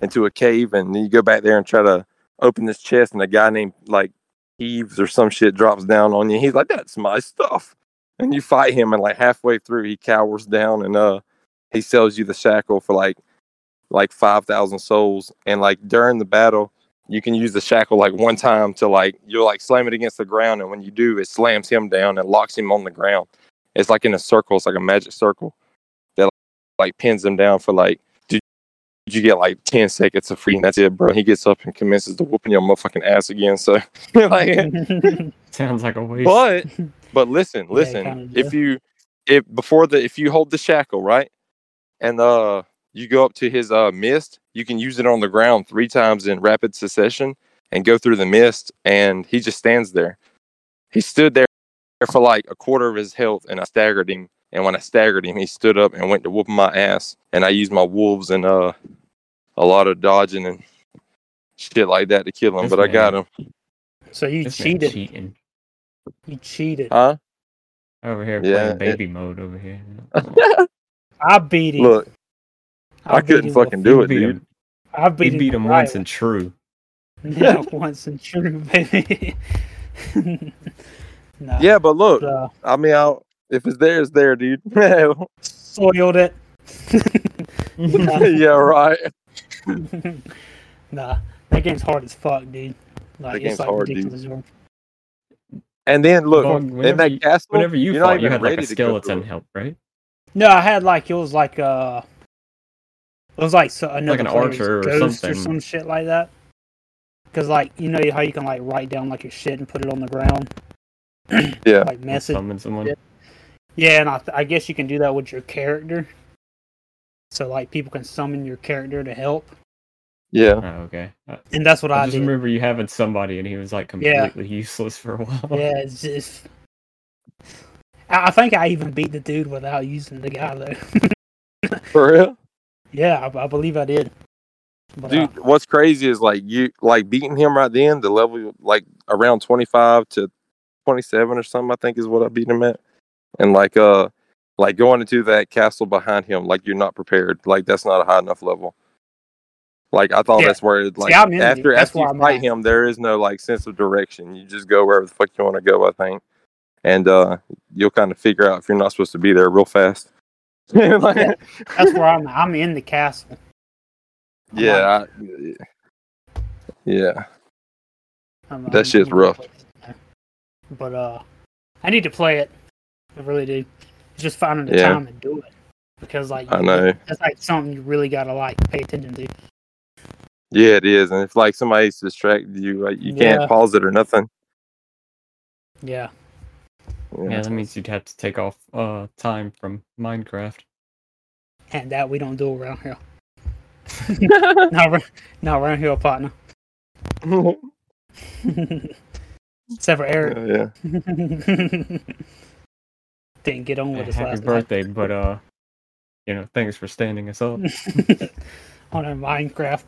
[SPEAKER 2] into a cave and then you go back there and try to open this chest and a guy named like heaves or some shit drops down on you. He's like, "That's my stuff," and you fight him, and like halfway through, he cowers down and uh, he sells you the shackle for like like five thousand souls, and like during the battle. You can use the shackle like one time to like you'll like slam it against the ground, and when you do, it slams him down and locks him on the ground. It's like in a circle. It's like a magic circle that like pins him down for like you get like 10 seconds of free and that's it, bro. He gets up and commences to whooping your motherfucking ass again. So, [LAUGHS] like,
[SPEAKER 3] Sounds like a waste.
[SPEAKER 2] but, but listen, listen,
[SPEAKER 1] kinda,
[SPEAKER 2] if you, if before the, if you hold the shackle, right? And, uh, you go up to his, uh, mist, you can use it on the ground three times in rapid succession and go through the mist. And he just stands there. He stood there for like a quarter of his health and I staggered him. And when I staggered him, he stood up and went to whooping my ass. And I used my wolves and, uh, a lot of dodging and shit like that to kill him,
[SPEAKER 3] This
[SPEAKER 2] but I got him.
[SPEAKER 1] [LAUGHS] so you
[SPEAKER 3] This man
[SPEAKER 1] cheated.
[SPEAKER 3] cheating
[SPEAKER 1] You cheated.
[SPEAKER 2] Huh?
[SPEAKER 3] over here
[SPEAKER 2] Yeah, it-
[SPEAKER 3] playing baby mode over here.
[SPEAKER 1] I beat him.
[SPEAKER 2] Look,
[SPEAKER 1] I,
[SPEAKER 2] I
[SPEAKER 1] beat
[SPEAKER 2] couldn't
[SPEAKER 1] him with-
[SPEAKER 2] fucking [LAUGHS] do
[SPEAKER 3] You
[SPEAKER 2] it,
[SPEAKER 3] beat
[SPEAKER 2] dude.
[SPEAKER 3] him.
[SPEAKER 1] I
[SPEAKER 3] You
[SPEAKER 1] beat him,
[SPEAKER 3] beat him
[SPEAKER 1] right.
[SPEAKER 3] once and true.
[SPEAKER 1] yeah,
[SPEAKER 2] [LAUGHS]
[SPEAKER 1] once and true, baby. [LAUGHS] no,
[SPEAKER 2] Yeah, but look,
[SPEAKER 1] uh,
[SPEAKER 2] I mean, I'll, if it's there, it's there, dude. [LAUGHS] yeah,
[SPEAKER 1] soiled it. [LAUGHS]
[SPEAKER 2] right.
[SPEAKER 1] nah, that game's hard as fuck, dude. Like,
[SPEAKER 2] That
[SPEAKER 1] it's
[SPEAKER 2] game's
[SPEAKER 1] like
[SPEAKER 2] hard, dude.
[SPEAKER 1] ridiculous. hard.
[SPEAKER 2] And then look,
[SPEAKER 3] Well,
[SPEAKER 2] in
[SPEAKER 3] whenever
[SPEAKER 2] that
[SPEAKER 3] you-
[SPEAKER 2] castle,
[SPEAKER 3] Whenever you
[SPEAKER 2] you're not
[SPEAKER 3] fought, you
[SPEAKER 2] even
[SPEAKER 3] had like a
[SPEAKER 2] ready to go through
[SPEAKER 3] skeleton
[SPEAKER 2] it.
[SPEAKER 3] help, right?
[SPEAKER 1] No, I had like it was like uh, it was like so, another
[SPEAKER 3] an
[SPEAKER 1] player's
[SPEAKER 3] archer or
[SPEAKER 1] ghost or
[SPEAKER 3] something.
[SPEAKER 1] some shit like that. Cause like you know how you can like write down like your shit and put it on the ground. [CLEARS THROAT]
[SPEAKER 2] Yeah.
[SPEAKER 1] Like message.
[SPEAKER 3] Summon someone.
[SPEAKER 1] Yeah. Yeah, and I, th- I guess you can do that with your character. So like people can summon your character to help,
[SPEAKER 2] yeah,
[SPEAKER 3] Oh, okay. I,
[SPEAKER 1] and that's what
[SPEAKER 3] I
[SPEAKER 1] I,
[SPEAKER 3] just
[SPEAKER 1] did.
[SPEAKER 3] remember you having somebody, and he was like
[SPEAKER 1] Yeah.
[SPEAKER 3] completely useless for a while.
[SPEAKER 1] Yeah, it's just. I I think I even beat the dude without using the guy though. [LAUGHS]
[SPEAKER 2] for real,
[SPEAKER 1] yeah, I, I believe I did. But, uh,
[SPEAKER 2] dude. What's crazy is like you like beating him right then. The level like around twenty five to twenty seven or something, I think is what I beat him at. And like uh, like going into that castle behind him, like you're not prepared. Like that's not a high enough level. Like I thought
[SPEAKER 1] Yeah.
[SPEAKER 2] that's where like
[SPEAKER 1] I'm in it.
[SPEAKER 2] after
[SPEAKER 1] That's
[SPEAKER 2] after
[SPEAKER 1] where
[SPEAKER 2] you
[SPEAKER 1] I'm
[SPEAKER 2] fight
[SPEAKER 1] at.
[SPEAKER 2] him, there is no like sense of direction. You just go wherever the fuck you want to go, I think, and uh you'll kind of figure out if you're not supposed to be there real fast. [LAUGHS] Like,
[SPEAKER 1] Yeah. that's where I'm. at. I'm in the castle. I'm like,
[SPEAKER 2] yeah, I- yeah.
[SPEAKER 1] I'm-
[SPEAKER 2] That
[SPEAKER 1] I'm-
[SPEAKER 2] shit's
[SPEAKER 1] I'm-
[SPEAKER 2] rough.
[SPEAKER 1] But uh, I need to play it. I really do. It's just finding the
[SPEAKER 2] Yeah.
[SPEAKER 1] time to do it because like
[SPEAKER 2] I know.
[SPEAKER 1] that's like something you really gotta like pay attention to.
[SPEAKER 2] Yeah, it is. And if like somebody's distracted you, like you
[SPEAKER 1] Yeah.
[SPEAKER 2] can't pause it or nothing.
[SPEAKER 1] Yeah,
[SPEAKER 2] Yeah.
[SPEAKER 3] [LAUGHS] Yeah, that means you'd have to take off uh time from Minecraft.
[SPEAKER 1] and that we don't do around here. not, ar- not around here, partner. Except for Eric.
[SPEAKER 2] [LAUGHS] yeah.
[SPEAKER 1] [LAUGHS] Didn't get on with
[SPEAKER 3] Hey,
[SPEAKER 1] us
[SPEAKER 3] happy
[SPEAKER 1] last
[SPEAKER 3] birthday, but uh, you know, thanks for standing
[SPEAKER 1] [LAUGHS]
[SPEAKER 2] [LAUGHS]
[SPEAKER 3] us up.
[SPEAKER 1] night on our Minecraft.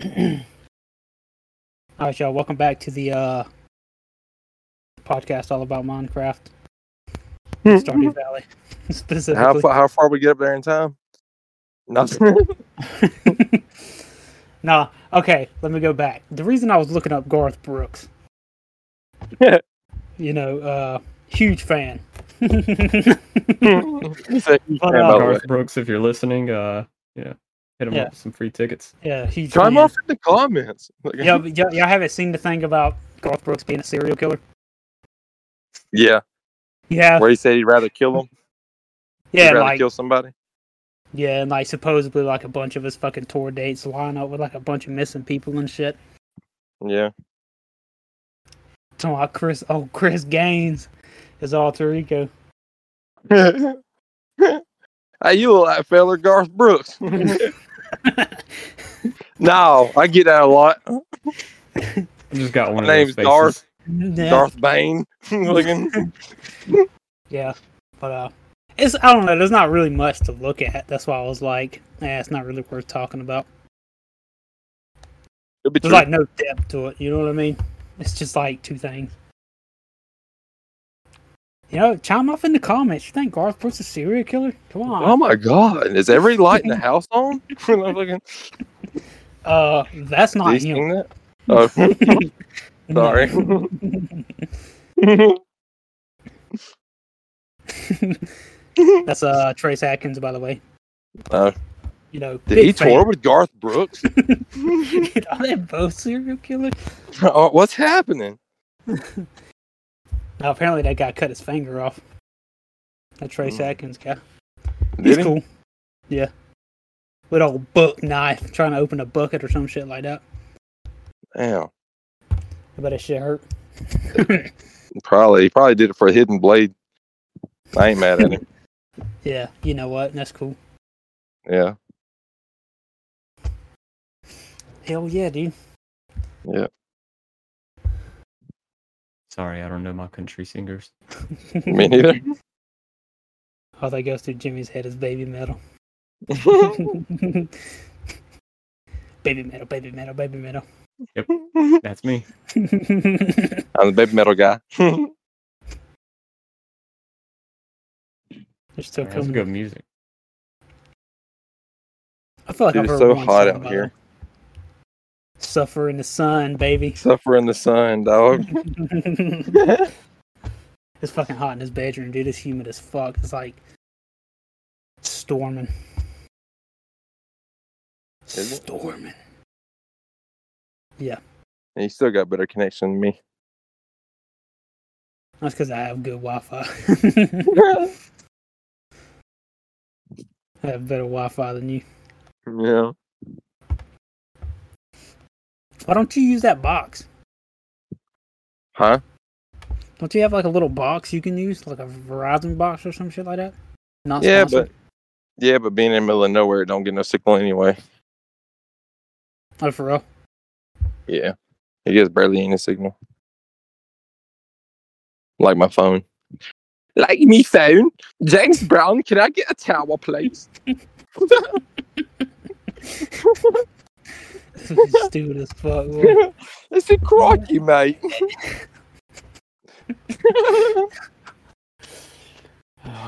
[SPEAKER 1] [CLEARS THROAT] all right, y'all. Welcome back to the uh, podcast all about Minecraft, Stardew Valley [LAUGHS]
[SPEAKER 2] How
[SPEAKER 1] specifically.
[SPEAKER 2] far, how far we get up there in time?
[SPEAKER 1] [LAUGHS]
[SPEAKER 2] Nothing. [LAUGHS]
[SPEAKER 1] nah, okay. Let me go back. The reason I was looking up Garth
[SPEAKER 2] [LAUGHS]
[SPEAKER 1] Brooks, you know, uh, huge fan. [LAUGHS]
[SPEAKER 2] It's a-
[SPEAKER 1] But,
[SPEAKER 2] Yeah,
[SPEAKER 1] uh,
[SPEAKER 2] by the way.
[SPEAKER 3] Garth Brooks, if you're listening, uh, yeah, hit him
[SPEAKER 1] Yeah.
[SPEAKER 3] up with some free tickets.
[SPEAKER 1] yeah, huge.
[SPEAKER 2] Try
[SPEAKER 1] fan.
[SPEAKER 2] him off in the comments. [LAUGHS] Like-
[SPEAKER 1] Yo, but y'all, y'all haven't seen the thing about Garth Brooks being a serial killer?
[SPEAKER 2] yeah.
[SPEAKER 1] Yeah,
[SPEAKER 2] Where he said he'd rather kill him.
[SPEAKER 1] yeah,
[SPEAKER 2] he'd rather
[SPEAKER 1] like
[SPEAKER 2] kill somebody.
[SPEAKER 1] yeah, and like supposedly like a bunch of his fucking tour dates line up with like a bunch of missing people and shit.
[SPEAKER 2] Yeah.
[SPEAKER 1] [LAUGHS] Talking about Chris, oh Chris Gaines, is alter ego.
[SPEAKER 2] hey, you look like fella Garth
[SPEAKER 1] [LAUGHS]
[SPEAKER 2] Brooks. [LAUGHS] no, I get that a lot.
[SPEAKER 3] I just got one of
[SPEAKER 2] name's
[SPEAKER 3] those faces.
[SPEAKER 2] Garth.
[SPEAKER 1] Yeah,
[SPEAKER 2] Darth Bane. [LAUGHS] Looking.
[SPEAKER 1] yeah, but uh, it's I don't know. There's not really much to look at. That's why I was like, yeah, it's not really worth talking about.
[SPEAKER 2] It'll be
[SPEAKER 1] There's
[SPEAKER 2] true.
[SPEAKER 1] like no depth to it. You know what I mean? It's just like two things. You know, chime off in the comments. You think Garth Brooks is a serial killer? Come on.
[SPEAKER 2] Oh my god, is every light
[SPEAKER 1] [LAUGHS]
[SPEAKER 2] in the house on? [LAUGHS] I'm looking,
[SPEAKER 1] Uh, that's not
[SPEAKER 2] these
[SPEAKER 1] him. [LAUGHS]
[SPEAKER 2] thing that? Oh. [LAUGHS] Sorry.
[SPEAKER 1] That's uh Trace Atkins, by the way.
[SPEAKER 2] Oh.
[SPEAKER 1] You know,
[SPEAKER 2] Did
[SPEAKER 1] big
[SPEAKER 2] he
[SPEAKER 1] fan.
[SPEAKER 2] tour with Garth
[SPEAKER 1] [LAUGHS]
[SPEAKER 2] Brooks? [LAUGHS]
[SPEAKER 1] Are they both serial killers?
[SPEAKER 2] Oh, What's happening?
[SPEAKER 1] No, apparently that guy cut his finger off. That Trace
[SPEAKER 2] Mm.
[SPEAKER 1] Atkins guy. He's
[SPEAKER 2] Did he?
[SPEAKER 1] cool. Yeah. With old buck knife, trying to open a bucket or some shit like that.
[SPEAKER 2] Damn.
[SPEAKER 1] I bet that shit hurt. [LAUGHS]
[SPEAKER 2] Probably. He probably did it for a hidden blade. I ain't mad
[SPEAKER 1] [LAUGHS]
[SPEAKER 2] at him.
[SPEAKER 1] yeah, you know what? That's cool.
[SPEAKER 2] Yeah.
[SPEAKER 1] Hell yeah, dude.
[SPEAKER 3] Sorry, I don't know my country singers.
[SPEAKER 2] Me neither.
[SPEAKER 1] [LAUGHS] All that goes through Jimmy's head is baby metal. [LAUGHS] baby metal, baby metal, baby metal. [LAUGHS]
[SPEAKER 3] That's me.
[SPEAKER 2] I'm the baby
[SPEAKER 1] [LAUGHS]
[SPEAKER 2] metal guy.
[SPEAKER 1] They're still
[SPEAKER 3] That's
[SPEAKER 1] coming.
[SPEAKER 3] good music.
[SPEAKER 1] I feel like
[SPEAKER 2] Dude,
[SPEAKER 1] I've heard
[SPEAKER 2] it's so
[SPEAKER 1] one
[SPEAKER 2] hot
[SPEAKER 1] song
[SPEAKER 2] out
[SPEAKER 1] by
[SPEAKER 2] here.
[SPEAKER 1] them. Suffer in the sun, baby.
[SPEAKER 2] Suffer in the
[SPEAKER 1] [LAUGHS]
[SPEAKER 2] sun, dog. [LAUGHS]
[SPEAKER 1] it's fucking hot in his bedroom, dude. It's humid as fuck. It's like storming.
[SPEAKER 2] Is it?
[SPEAKER 1] Storming.
[SPEAKER 2] He still got better connection than me.
[SPEAKER 1] That's because I have good Wi-Fi. [LAUGHS] I have better Wi-Fi than you.
[SPEAKER 2] Yeah.
[SPEAKER 1] Why don't you use that box?
[SPEAKER 2] Huh?
[SPEAKER 1] Don't you have like a little box you can use, like a Verizon box or some shit like that? Not
[SPEAKER 2] Yeah,
[SPEAKER 1] sponsored?
[SPEAKER 2] Yeah, but being in the middle of nowhere, it don't get no signal anyway.
[SPEAKER 1] Oh, for real. [LAUGHS]
[SPEAKER 2] Yeah. It gets barely any signal. Like my phone. Like me phone. James Brown, can I get a tower, please? [LAUGHS]
[SPEAKER 1] Stupid as fuck. boy. [LAUGHS]
[SPEAKER 2] it's a crikey, mate. [LAUGHS]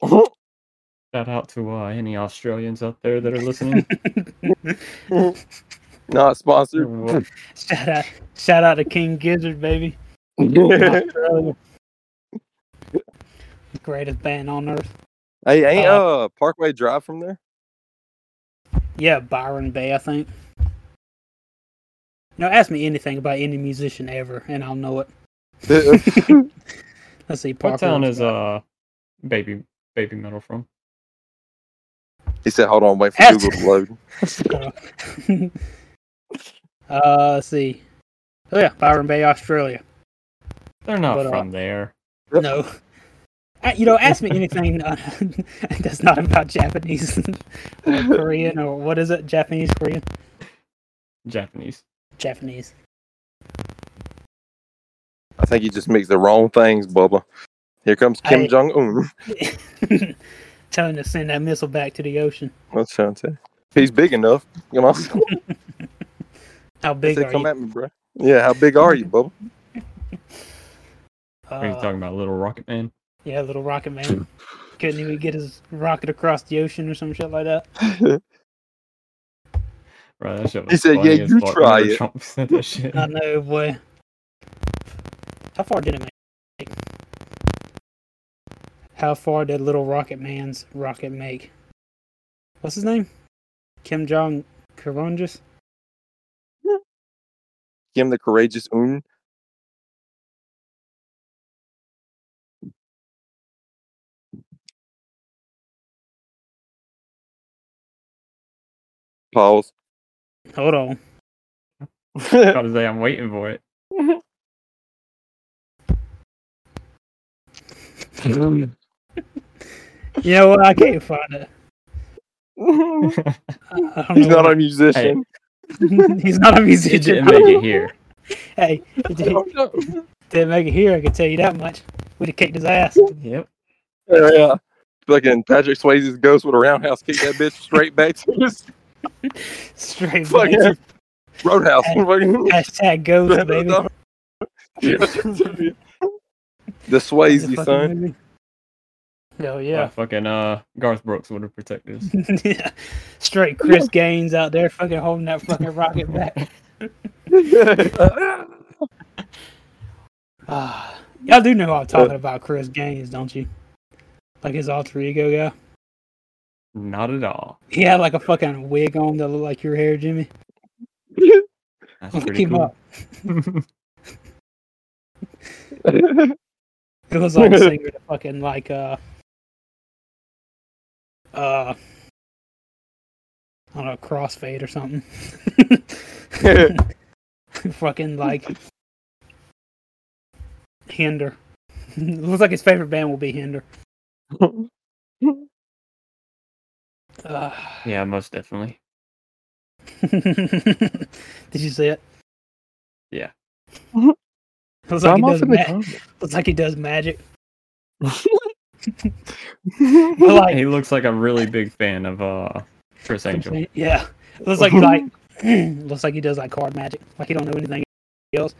[SPEAKER 3] Shout out to uh, any Australians out there that are
[SPEAKER 2] [LAUGHS]
[SPEAKER 3] listening.
[SPEAKER 2] Not sponsored. [LAUGHS]
[SPEAKER 3] Well,
[SPEAKER 1] shout out, shout out to King Gizzard, baby.
[SPEAKER 2] hey,
[SPEAKER 1] Australia. The greatest band on earth.
[SPEAKER 2] ain't uh Parkway Drive from there? [LAUGHS]
[SPEAKER 1] Yeah, Byron Bay, I think. You know, ask me anything about any musician ever, and I'll
[SPEAKER 3] [LAUGHS]
[SPEAKER 1] know it. Let's see, Parker.
[SPEAKER 3] what town
[SPEAKER 1] was
[SPEAKER 3] is
[SPEAKER 1] about-
[SPEAKER 3] uh baby baby metal from?
[SPEAKER 2] he said, "Hold on, wait for
[SPEAKER 1] That's-
[SPEAKER 2] Google to load."
[SPEAKER 1] [LAUGHS] uh, let's see. Oh yeah, Byron Bay, Australia.
[SPEAKER 3] They're not
[SPEAKER 1] But, uh,
[SPEAKER 3] from there.
[SPEAKER 2] Yep.
[SPEAKER 1] No. Uh, You know, ask me anything uh, [LAUGHS] that's not about Japanese [LAUGHS] or Korean or what is it? Japanese, Korean?
[SPEAKER 3] Japanese.
[SPEAKER 1] Japanese. [LAUGHS]
[SPEAKER 2] I think he just makes the wrong things, Bubba. Here comes Kim
[SPEAKER 1] I-
[SPEAKER 2] Jong [LAUGHS] Un.
[SPEAKER 1] Tell him to send that missile back to the ocean.
[SPEAKER 2] That's trying to. He's big enough. Come on,
[SPEAKER 1] How big
[SPEAKER 2] Say,
[SPEAKER 1] are
[SPEAKER 2] come
[SPEAKER 1] you?
[SPEAKER 2] at me, bro. Yeah, how
[SPEAKER 1] [LAUGHS]
[SPEAKER 2] big are you, Bubba? [LAUGHS]
[SPEAKER 3] Are you
[SPEAKER 1] Uh,
[SPEAKER 3] talking about Little Rocket Man?
[SPEAKER 1] yeah, little rocket man. Couldn't even get his rocket across the ocean or some shit like that.
[SPEAKER 3] Right, that shit was
[SPEAKER 2] He said,
[SPEAKER 3] funny
[SPEAKER 2] "Yeah,
[SPEAKER 3] as
[SPEAKER 2] you
[SPEAKER 3] fuck
[SPEAKER 2] try
[SPEAKER 3] whenever
[SPEAKER 2] it."
[SPEAKER 3] Trump [LAUGHS] said
[SPEAKER 2] [LAUGHS]
[SPEAKER 3] that shit.
[SPEAKER 1] I know, boy. How far did it make? How far did little rocket man's rocket make? What's his name? Kim Jong Karonjus?
[SPEAKER 2] Kim the courageous Un. Pause. [LAUGHS]
[SPEAKER 1] Hold on.
[SPEAKER 3] Gotta say, I'm waiting
[SPEAKER 2] [LAUGHS]
[SPEAKER 3] for it.
[SPEAKER 1] You know what? I can't find it.
[SPEAKER 2] He's
[SPEAKER 1] I, I don't know
[SPEAKER 2] not
[SPEAKER 1] what-
[SPEAKER 2] a musician.
[SPEAKER 1] [LAUGHS] he's not a
[SPEAKER 3] it
[SPEAKER 1] musician.
[SPEAKER 3] didn't make it here.
[SPEAKER 1] [LAUGHS] hey, it
[SPEAKER 2] I
[SPEAKER 1] didn't,
[SPEAKER 2] don't know.
[SPEAKER 1] didn't make it here. I can tell you that much. Would have kicked his ass. [LAUGHS]
[SPEAKER 3] Yep.
[SPEAKER 2] Yeah, yeah. Fucking Patrick Swayze's ghost with a roundhouse kick that bitch straight back to
[SPEAKER 1] [LAUGHS]
[SPEAKER 2] his
[SPEAKER 1] Straight back.
[SPEAKER 2] fucking roadhouse. Fucking- [LAUGHS]
[SPEAKER 1] Hashtag ghost, baby. [LAUGHS]
[SPEAKER 2] the
[SPEAKER 1] That's a
[SPEAKER 2] Swayze
[SPEAKER 1] fucking
[SPEAKER 2] son.
[SPEAKER 1] movie. Hell [LAUGHS]
[SPEAKER 3] Yeah.
[SPEAKER 1] yeah.
[SPEAKER 3] Fucking uh, Garth Brooks would have protected us.
[SPEAKER 1] yeah. Straight Chris Gaines out there fucking holding that fucking rocket back.
[SPEAKER 2] [LAUGHS]
[SPEAKER 1] Ah, y'all do know who I'm talking about Chris Gaines, don't you? Like his alter ego guy.
[SPEAKER 3] Not at all.
[SPEAKER 1] He had like a fucking wig on that looked like your hair, Jimmy. [LAUGHS]
[SPEAKER 3] That's
[SPEAKER 1] Look
[SPEAKER 3] pretty
[SPEAKER 1] him
[SPEAKER 3] cool.
[SPEAKER 1] up. It was like a singer that fucking like uh uh I don't know, crossfade or something. [LAUGHS] fucking like Hinder. [LAUGHS] Looks like his favorite band will be Hinder. Uh,
[SPEAKER 3] [LAUGHS] yeah, most definitely.
[SPEAKER 1] [LAUGHS] Did you see it?
[SPEAKER 3] Yeah.
[SPEAKER 1] [LAUGHS] Looks like, he
[SPEAKER 2] I'm off
[SPEAKER 1] does
[SPEAKER 2] in the
[SPEAKER 1] ma-
[SPEAKER 2] comments.
[SPEAKER 1] looks like he does magic. But, like,
[SPEAKER 3] he looks like a really big fan of uh Chris Angel.
[SPEAKER 1] yeah, looks like he like [CLEARS THROAT] looks like he does like card magic. Like he don't know anything else.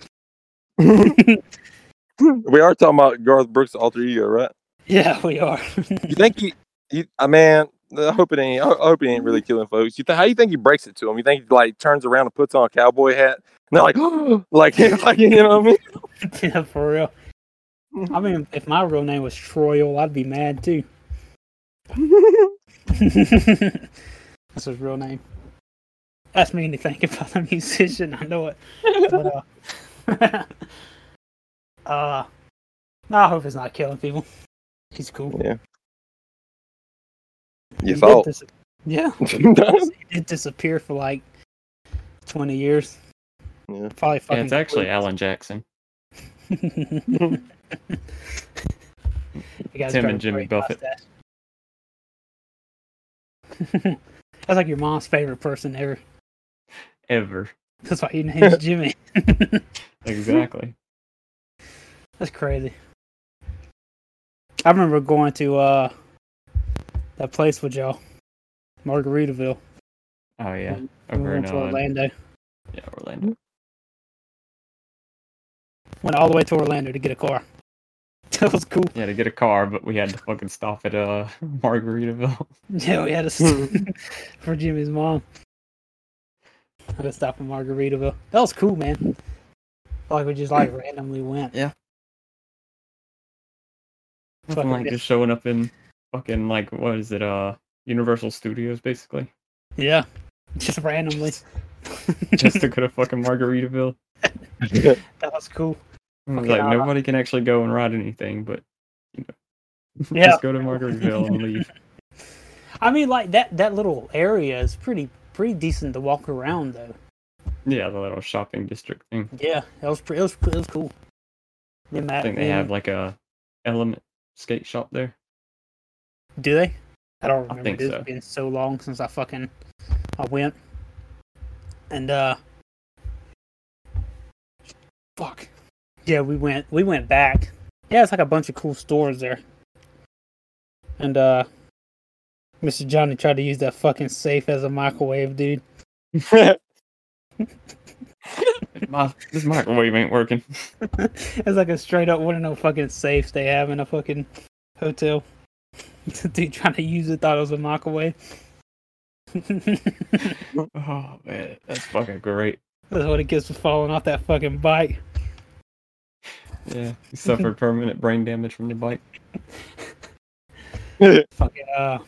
[SPEAKER 2] we are talking about Garth Brooks' alter ego, right?
[SPEAKER 1] Yeah, we are.
[SPEAKER 2] You think he, he uh, man, I hope it ain't. I hope it ain't really killing folks. You think how you think he breaks it to him? You think he like turns around and puts on a cowboy hat? And they're like, [GASPS] like, [LAUGHS] like you know what
[SPEAKER 1] [LAUGHS] yeah, for real. I
[SPEAKER 2] I mean?
[SPEAKER 1] mean, if my real name was Troyal, I'd be mad too. [LAUGHS] That's his real name. That's mean to think [LAUGHS] about a musician. I know it. But, uh, [LAUGHS] uh, no, I hope it's not killing people. He's cool.
[SPEAKER 2] yeah. You
[SPEAKER 1] He did
[SPEAKER 2] thought?
[SPEAKER 1] dis- yeah, he did disappear for like twenty years.
[SPEAKER 2] Yeah.
[SPEAKER 1] Probably
[SPEAKER 3] Yeah,
[SPEAKER 1] fucking.
[SPEAKER 3] it's actually Alan Jackson.
[SPEAKER 1] You guys
[SPEAKER 3] Tim
[SPEAKER 1] got
[SPEAKER 3] and
[SPEAKER 1] a
[SPEAKER 3] Jimmy
[SPEAKER 1] great
[SPEAKER 3] Buffett.
[SPEAKER 1] mustache. That's like your mom's favorite person ever.
[SPEAKER 3] Ever.
[SPEAKER 1] That's why your
[SPEAKER 3] [LAUGHS]
[SPEAKER 1] name's Jimmy. [LAUGHS]
[SPEAKER 3] Exactly.
[SPEAKER 1] That's crazy. I remember going to uh that place with y'all, Margaritaville.
[SPEAKER 3] Oh yeah.
[SPEAKER 1] We we
[SPEAKER 3] Over
[SPEAKER 1] went
[SPEAKER 3] in
[SPEAKER 1] to
[SPEAKER 3] Orlando.
[SPEAKER 1] Orlando.
[SPEAKER 3] Yeah, Orlando.
[SPEAKER 1] Went all the way to Orlando to get a car. [LAUGHS] That was cool.
[SPEAKER 3] Yeah, to get a car, but we had to fucking stop at uh [LAUGHS] Margaritaville. [LAUGHS]
[SPEAKER 1] [LAUGHS] Yeah, we had a
[SPEAKER 3] Hmm.
[SPEAKER 1] st- [LAUGHS] for Jimmy's mom. I had to stop in Margaritaville. That was cool, man. Like we just like randomly went.
[SPEAKER 3] Nothing
[SPEAKER 1] Fucking
[SPEAKER 3] like
[SPEAKER 1] miss-
[SPEAKER 3] just showing up in fucking like what is it, uh Universal Studios basically.
[SPEAKER 1] [LAUGHS] Yeah, just randomly. [LAUGHS]
[SPEAKER 3] Just to go to fucking Margaritaville.
[SPEAKER 1] that was cool.
[SPEAKER 3] It was
[SPEAKER 1] Fucking
[SPEAKER 3] like
[SPEAKER 1] Alright.
[SPEAKER 3] nobody can actually go and ride anything, but you know, [LAUGHS]
[SPEAKER 1] Yeah.
[SPEAKER 3] just go to Margaritaville and
[SPEAKER 1] [LAUGHS]
[SPEAKER 3] leave.
[SPEAKER 1] I mean, like that that little area is pretty pretty decent to walk around though.
[SPEAKER 3] Yeah, the little shopping district thing.
[SPEAKER 1] Yeah, that was pretty. It was, it was cool. Me and
[SPEAKER 3] I
[SPEAKER 1] Matt,
[SPEAKER 3] think
[SPEAKER 1] me
[SPEAKER 3] they
[SPEAKER 1] and-
[SPEAKER 3] have like a element skate shop there.
[SPEAKER 1] Do they? I don't remember.
[SPEAKER 3] think
[SPEAKER 1] dude.
[SPEAKER 3] so.
[SPEAKER 1] It's been so long since I fucking I went. And uh fuck. Yeah, we went we went back. Yeah, it's like a bunch of cool stores there. And uh Mr. Johnny tried to use that fucking safe as a microwave, dude. [LAUGHS]
[SPEAKER 3] My, this microwave ain't working.
[SPEAKER 1] it's like a straight up one of no fucking safes they have in a fucking hotel. [LAUGHS] dude trying to use it thought it was a microwave. [LAUGHS]
[SPEAKER 3] Oh man, that's fucking great.
[SPEAKER 1] That's what it gets for falling off that fucking bike.
[SPEAKER 3] [LAUGHS] Yeah, he suffered permanent brain damage from the bike.
[SPEAKER 1] Fucking uh.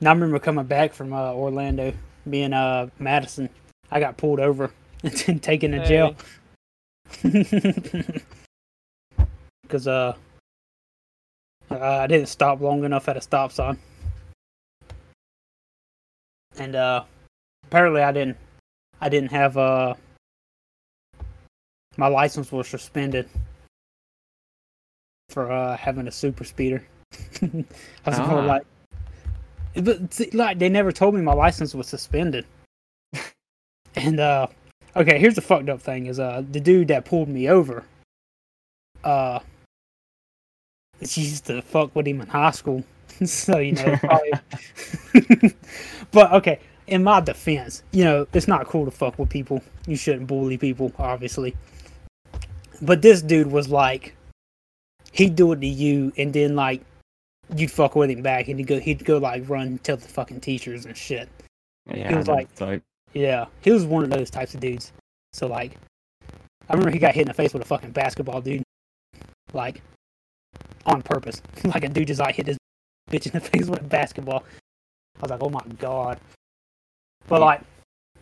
[SPEAKER 1] Now I remember coming back from uh, Orlando, being uh Madison. I got pulled over [LAUGHS] and then taken to jail. [LAUGHS] Cause uh, uh, I didn't stop long enough at a stop sign, and uh, apparently I didn't, I didn't have uh, my license was suspended for uh having a super speeder. [LAUGHS] I was more
[SPEAKER 3] Ah.
[SPEAKER 1] like, but see, like they never told me my license was suspended, and uh, okay, here's the fucked up thing: is uh, the dude that pulled me over, uh, she used to fuck with him in high school. [LAUGHS] so, you know, probably... [LAUGHS] but okay, in my defense, you know, it's not cool to fuck with people. You shouldn't bully people, obviously. But this dude was like, he'd do it to you, and then like, you'd fuck with him back, and he'd go, he'd go like run and tell the fucking teachers and shit.
[SPEAKER 3] Yeah,
[SPEAKER 1] Feels
[SPEAKER 3] I know
[SPEAKER 1] like-
[SPEAKER 3] the type.
[SPEAKER 1] Yeah, he was one of those types of dudes. So like, I remember he got hit in the face with a fucking basketball, dude. Like, on purpose. [LAUGHS] like a dude just like hit this bitch in the [LAUGHS] face with a basketball. I was like, oh my god. But like,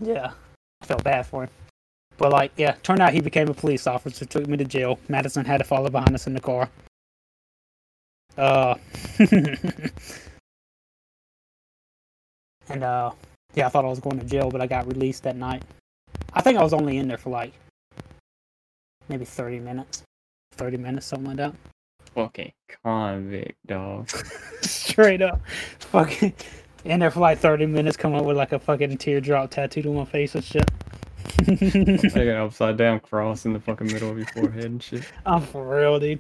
[SPEAKER 1] yeah, I felt bad for him. But like, yeah, turned out he became a police officer, took me to jail. Madison had to follow behind us in the car. Uh, [LAUGHS] and uh, yeah, I thought I was going to jail, but I got released that night. I think I was only in there for like maybe 30 minutes, 30 minutes, something like that. [LAUGHS]
[SPEAKER 3] Fucking convict, [LAUGHS] dog.
[SPEAKER 1] Straight up, fucking in there for like 30 minutes, come up with like a fucking teardrop tattooed on my face and shit. [LAUGHS]
[SPEAKER 3] Take an upside down cross in the fucking middle of your forehead and shit.
[SPEAKER 1] I'm Oh, for real, dude.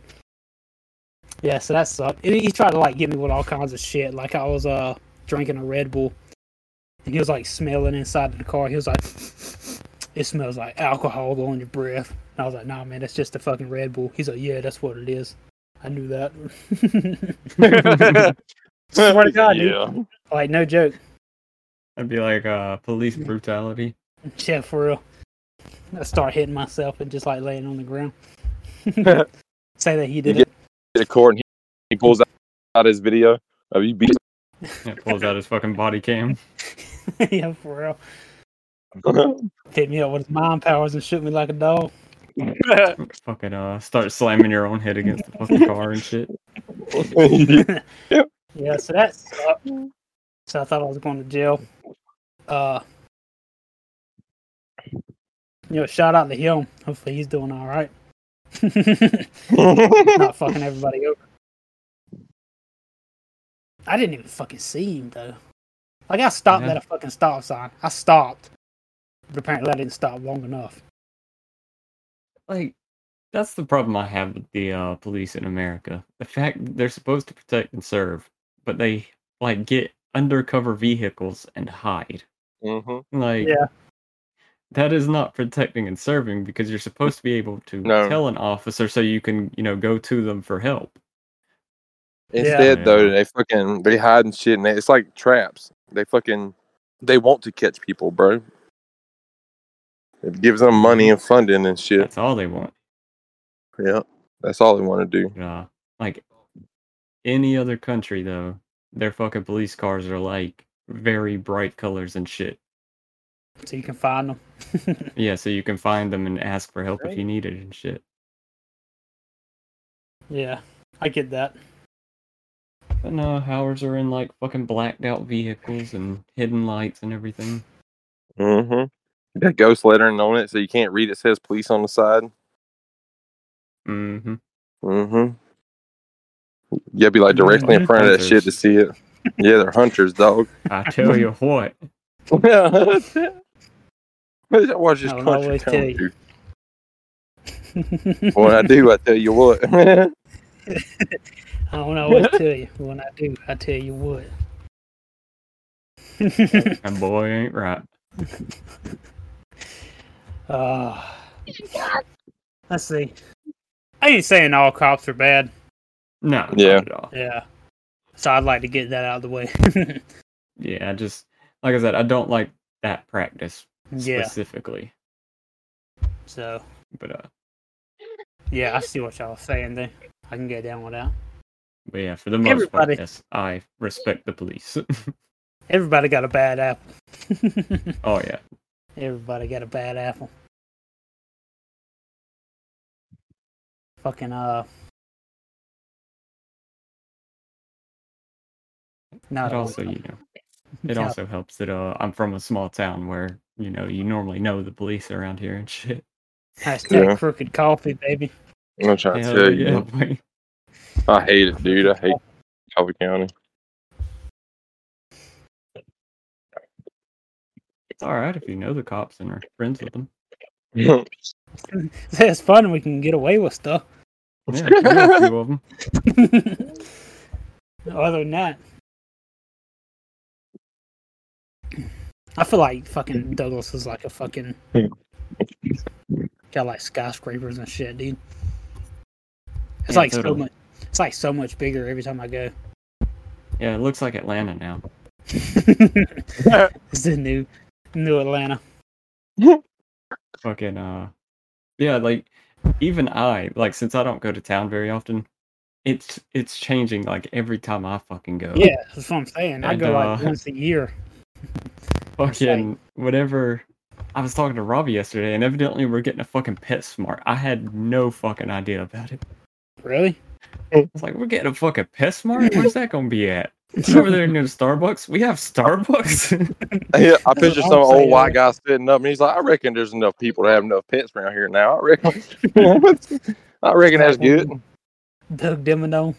[SPEAKER 1] Yeah, so that sucked. And he tried to like get me with all kinds of shit. Like I was uh drinking a Red Bull, and he was like smelling inside the car. He was like, [SNIFFS] "It smells like alcohol on your breath." And I was like, "Nah, man, that's just the fucking Red Bull." He's like, "Yeah, that's what it is." I knew that. [LAUGHS] [LAUGHS] Swear to God, dude.
[SPEAKER 2] yeah.
[SPEAKER 1] Like no joke.
[SPEAKER 3] That'd be like uh, police brutality.
[SPEAKER 1] Yeah, for real. I start hitting myself and just like laying on the ground. Say that he did
[SPEAKER 2] You
[SPEAKER 1] it.
[SPEAKER 2] Get to court and he, he pulls out, out his video of you beat.
[SPEAKER 3] It pulls out his fucking body cam.
[SPEAKER 1] [LAUGHS] yeah, for real.
[SPEAKER 2] [LAUGHS]
[SPEAKER 1] [LAUGHS] Hit me up with his mind powers and shoot me like a dog.
[SPEAKER 3] Fucking uh, start slamming your own head against the fucking car and shit.
[SPEAKER 1] Yeah, so that sucked. So I thought I was going to jail. Uh, you know, shout out to him. Hopefully he's doing all right. [LAUGHS] Not fucking everybody over. I didn't even fucking see him though. Like I stopped
[SPEAKER 3] Yeah.
[SPEAKER 1] at a fucking stop sign. I stopped, but apparently I didn't stop long enough.
[SPEAKER 3] Like, that's the problem I have with the uh, police in America. The fact that they're supposed to protect and serve, but they like get undercover vehicles and hide.
[SPEAKER 2] Mhm.
[SPEAKER 3] Like,
[SPEAKER 1] Yeah.
[SPEAKER 3] that is not protecting and serving because you're supposed to be able to
[SPEAKER 2] No.
[SPEAKER 3] tell an officer so you can, you know, go to them for help.
[SPEAKER 2] Instead,
[SPEAKER 3] Yeah.
[SPEAKER 2] though, they fucking they hide and shit, and they, it's like traps. They fucking they want to catch people, bro. It gives them money and funding and shit.
[SPEAKER 3] That's all they want.
[SPEAKER 2] Yeah, that's all they want to do.
[SPEAKER 3] Uh, like any other country, though, their fucking police cars are like very bright colors and shit.
[SPEAKER 1] So you can find them.
[SPEAKER 3] Yeah, so you can find them and ask for help if
[SPEAKER 2] Right.
[SPEAKER 3] you need it and shit.
[SPEAKER 1] Yeah, I get that. [LAUGHS]
[SPEAKER 3] But no, Howards are in like fucking blacked out vehicles and hidden lights and everything.
[SPEAKER 2] Mm-hmm. Got ghost lettering on it, so you can't read. It says police on the side.
[SPEAKER 3] Mm-hmm.
[SPEAKER 2] Mm-hmm. You gotta be like directly in
[SPEAKER 3] Mhm.
[SPEAKER 2] front of that shit to
[SPEAKER 3] Hunters.
[SPEAKER 2] see it. Yeah, they're hunters, dog. [LAUGHS]
[SPEAKER 3] I
[SPEAKER 1] [LAUGHS]
[SPEAKER 3] tell you what,
[SPEAKER 2] what is that? Watch this
[SPEAKER 1] I'll
[SPEAKER 2] country
[SPEAKER 1] always
[SPEAKER 2] telling
[SPEAKER 1] tell you.
[SPEAKER 2] you. When I do, I tell you what. [LAUGHS]
[SPEAKER 1] I don't know what to tell you. When I do, I tell you what.
[SPEAKER 3] and boy ain't right.
[SPEAKER 1] uh, let's see. I ain't saying all cops are bad.
[SPEAKER 3] No,
[SPEAKER 2] Yeah.
[SPEAKER 3] yeah. not at all.
[SPEAKER 1] Yeah. So I'd like to get that out of the way. [LAUGHS]
[SPEAKER 3] Yeah, I just like I said, I don't like that practice
[SPEAKER 1] yeah.
[SPEAKER 3] specifically.
[SPEAKER 1] So
[SPEAKER 3] But uh,
[SPEAKER 1] yeah, I see what y'all are saying there. I can get down with that.
[SPEAKER 3] but yeah, for the most
[SPEAKER 1] Everybody-
[SPEAKER 3] part, yes, I respect the police. [LAUGHS]
[SPEAKER 1] Everybody got a bad apple. [LAUGHS]
[SPEAKER 3] oh yeah.
[SPEAKER 1] Everybody got a bad apple. Fucking uh. No.
[SPEAKER 3] It also, you know,
[SPEAKER 1] [LAUGHS]
[SPEAKER 3] it
[SPEAKER 1] Yeah.
[SPEAKER 3] also helps that uh, I'm from a small town where you know you normally know the police around here and shit.
[SPEAKER 1] Hashtag
[SPEAKER 2] Yeah.
[SPEAKER 1] crooked coffee, baby. [LAUGHS]
[SPEAKER 2] I'm trying to
[SPEAKER 3] Hell
[SPEAKER 2] tell
[SPEAKER 3] yeah,
[SPEAKER 2] you.
[SPEAKER 3] [LAUGHS] boy.
[SPEAKER 2] I hate it, dude. I hate Calvin County.
[SPEAKER 3] It's all right if you know the cops and are friends with them.
[SPEAKER 1] It's fun. when We can get away with stuff.
[SPEAKER 3] Yeah, you know
[SPEAKER 2] [LAUGHS]
[SPEAKER 3] a few of them.
[SPEAKER 1] [LAUGHS] Other than that, I feel like fucking Douglas is like a fucking got like skyscrapers and shit, dude. It's
[SPEAKER 3] Yeah,
[SPEAKER 1] like
[SPEAKER 3] totally.
[SPEAKER 1] so much. It's like so much bigger every time I
[SPEAKER 3] [LAUGHS]
[SPEAKER 1] go. [LAUGHS]
[SPEAKER 3] Yeah, it looks like Atlanta now.
[SPEAKER 1] it's the new, New Atlanta.
[SPEAKER 3] fucking uh yeah like even i like since i don't go to town very often it's it's changing like every time i fucking go [LAUGHS]
[SPEAKER 1] Yeah, that's what I'm saying. I
[SPEAKER 3] And,
[SPEAKER 1] go like
[SPEAKER 3] uh,
[SPEAKER 1] once a year.
[SPEAKER 3] fucking whatever i was talking to robbie yesterday and evidently we're getting a fucking pet smart i had no fucking idea about it
[SPEAKER 1] Really?
[SPEAKER 3] i was like we're getting a fucking pet smart where's that gonna be at it's over there near starbucks we have starbucks [LAUGHS]
[SPEAKER 2] Yeah, I picture
[SPEAKER 1] what
[SPEAKER 2] some
[SPEAKER 1] I'm
[SPEAKER 2] old
[SPEAKER 1] saying.
[SPEAKER 2] white guy sitting up, and he's like, "I reckon there's enough people to have enough pets around here now. I reckon. [LAUGHS] I reckon that's good."
[SPEAKER 1] Doug Dimino.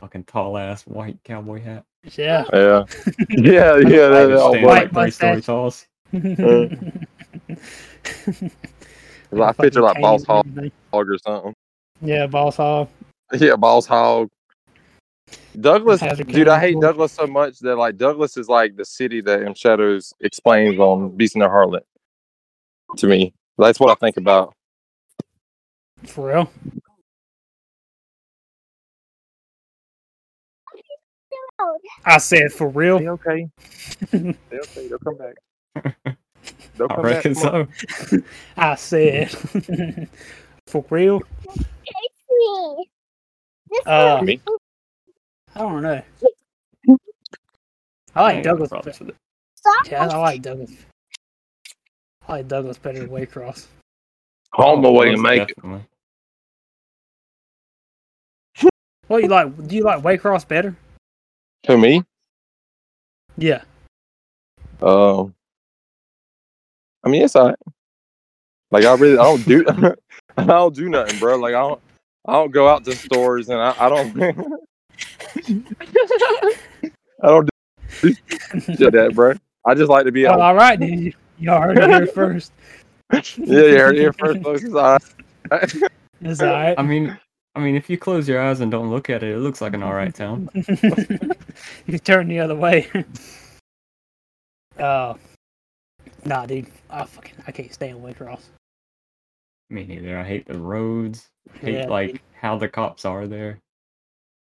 [SPEAKER 3] fucking tall ass white cowboy hat
[SPEAKER 1] Yeah.
[SPEAKER 2] Yeah, yeah, yeah. That, that old
[SPEAKER 3] Stands
[SPEAKER 2] boy.
[SPEAKER 1] White
[SPEAKER 3] like three story
[SPEAKER 1] mustache.
[SPEAKER 3] tall
[SPEAKER 2] Uh,
[SPEAKER 1] [LAUGHS]
[SPEAKER 2] I
[SPEAKER 1] Fucking
[SPEAKER 2] picture like
[SPEAKER 1] cane
[SPEAKER 2] Boss Hog
[SPEAKER 1] and everything.
[SPEAKER 2] or something. [LAUGHS]
[SPEAKER 1] Yeah, Boss Hog.
[SPEAKER 2] Yeah, Boss Hog. Douglas,
[SPEAKER 1] Has a
[SPEAKER 2] dude, I hate
[SPEAKER 1] cane.
[SPEAKER 2] Douglas so much that like Douglas is like the city that M Shadows explains on Beast in the Harlot to me. That's what I think about.
[SPEAKER 1] For real. I said for real.
[SPEAKER 2] okay. They okay. They'll come back. [LAUGHS] They'll
[SPEAKER 3] i reckon so
[SPEAKER 1] I said [LAUGHS] for real.
[SPEAKER 4] It's me. This
[SPEAKER 1] Uh,
[SPEAKER 4] one.
[SPEAKER 2] Me?
[SPEAKER 1] I don't know. I like
[SPEAKER 3] ain't got no
[SPEAKER 1] Douglas.
[SPEAKER 3] problems with it.
[SPEAKER 4] Stop.
[SPEAKER 1] Yeah, I like Douglas. I like Douglas better than Waycross.
[SPEAKER 2] Home away and
[SPEAKER 3] Most
[SPEAKER 2] make it.
[SPEAKER 3] definitely.
[SPEAKER 1] What you like? Do you like Waycross better?
[SPEAKER 2] To me,
[SPEAKER 1] Yeah.
[SPEAKER 2] Um, I mean, it's all right. Like I really, I don't do, [LAUGHS] I don't do nothing, bro. Like I don't, I don't go out to stores, and I, I don't, [LAUGHS] I don't do that, bro. I just like to
[SPEAKER 1] [LAUGHS]
[SPEAKER 2] be
[SPEAKER 1] Well, [LAUGHS]
[SPEAKER 2] out. [LAUGHS]
[SPEAKER 1] all right, then. You- You already heard it first.
[SPEAKER 2] Yeah, you heard it here first, folks. It's all right.
[SPEAKER 1] It's all right.
[SPEAKER 3] I mean, I mean, if you close your eyes and don't look at it, it looks like an alright town.
[SPEAKER 1] [LAUGHS] you turn the other way. [LAUGHS] uh, nah, dude. I fucking I can't stand Waycross.
[SPEAKER 3] Me neither. I hate the roads. Hate
[SPEAKER 1] Yeah,
[SPEAKER 3] like how the cops are there.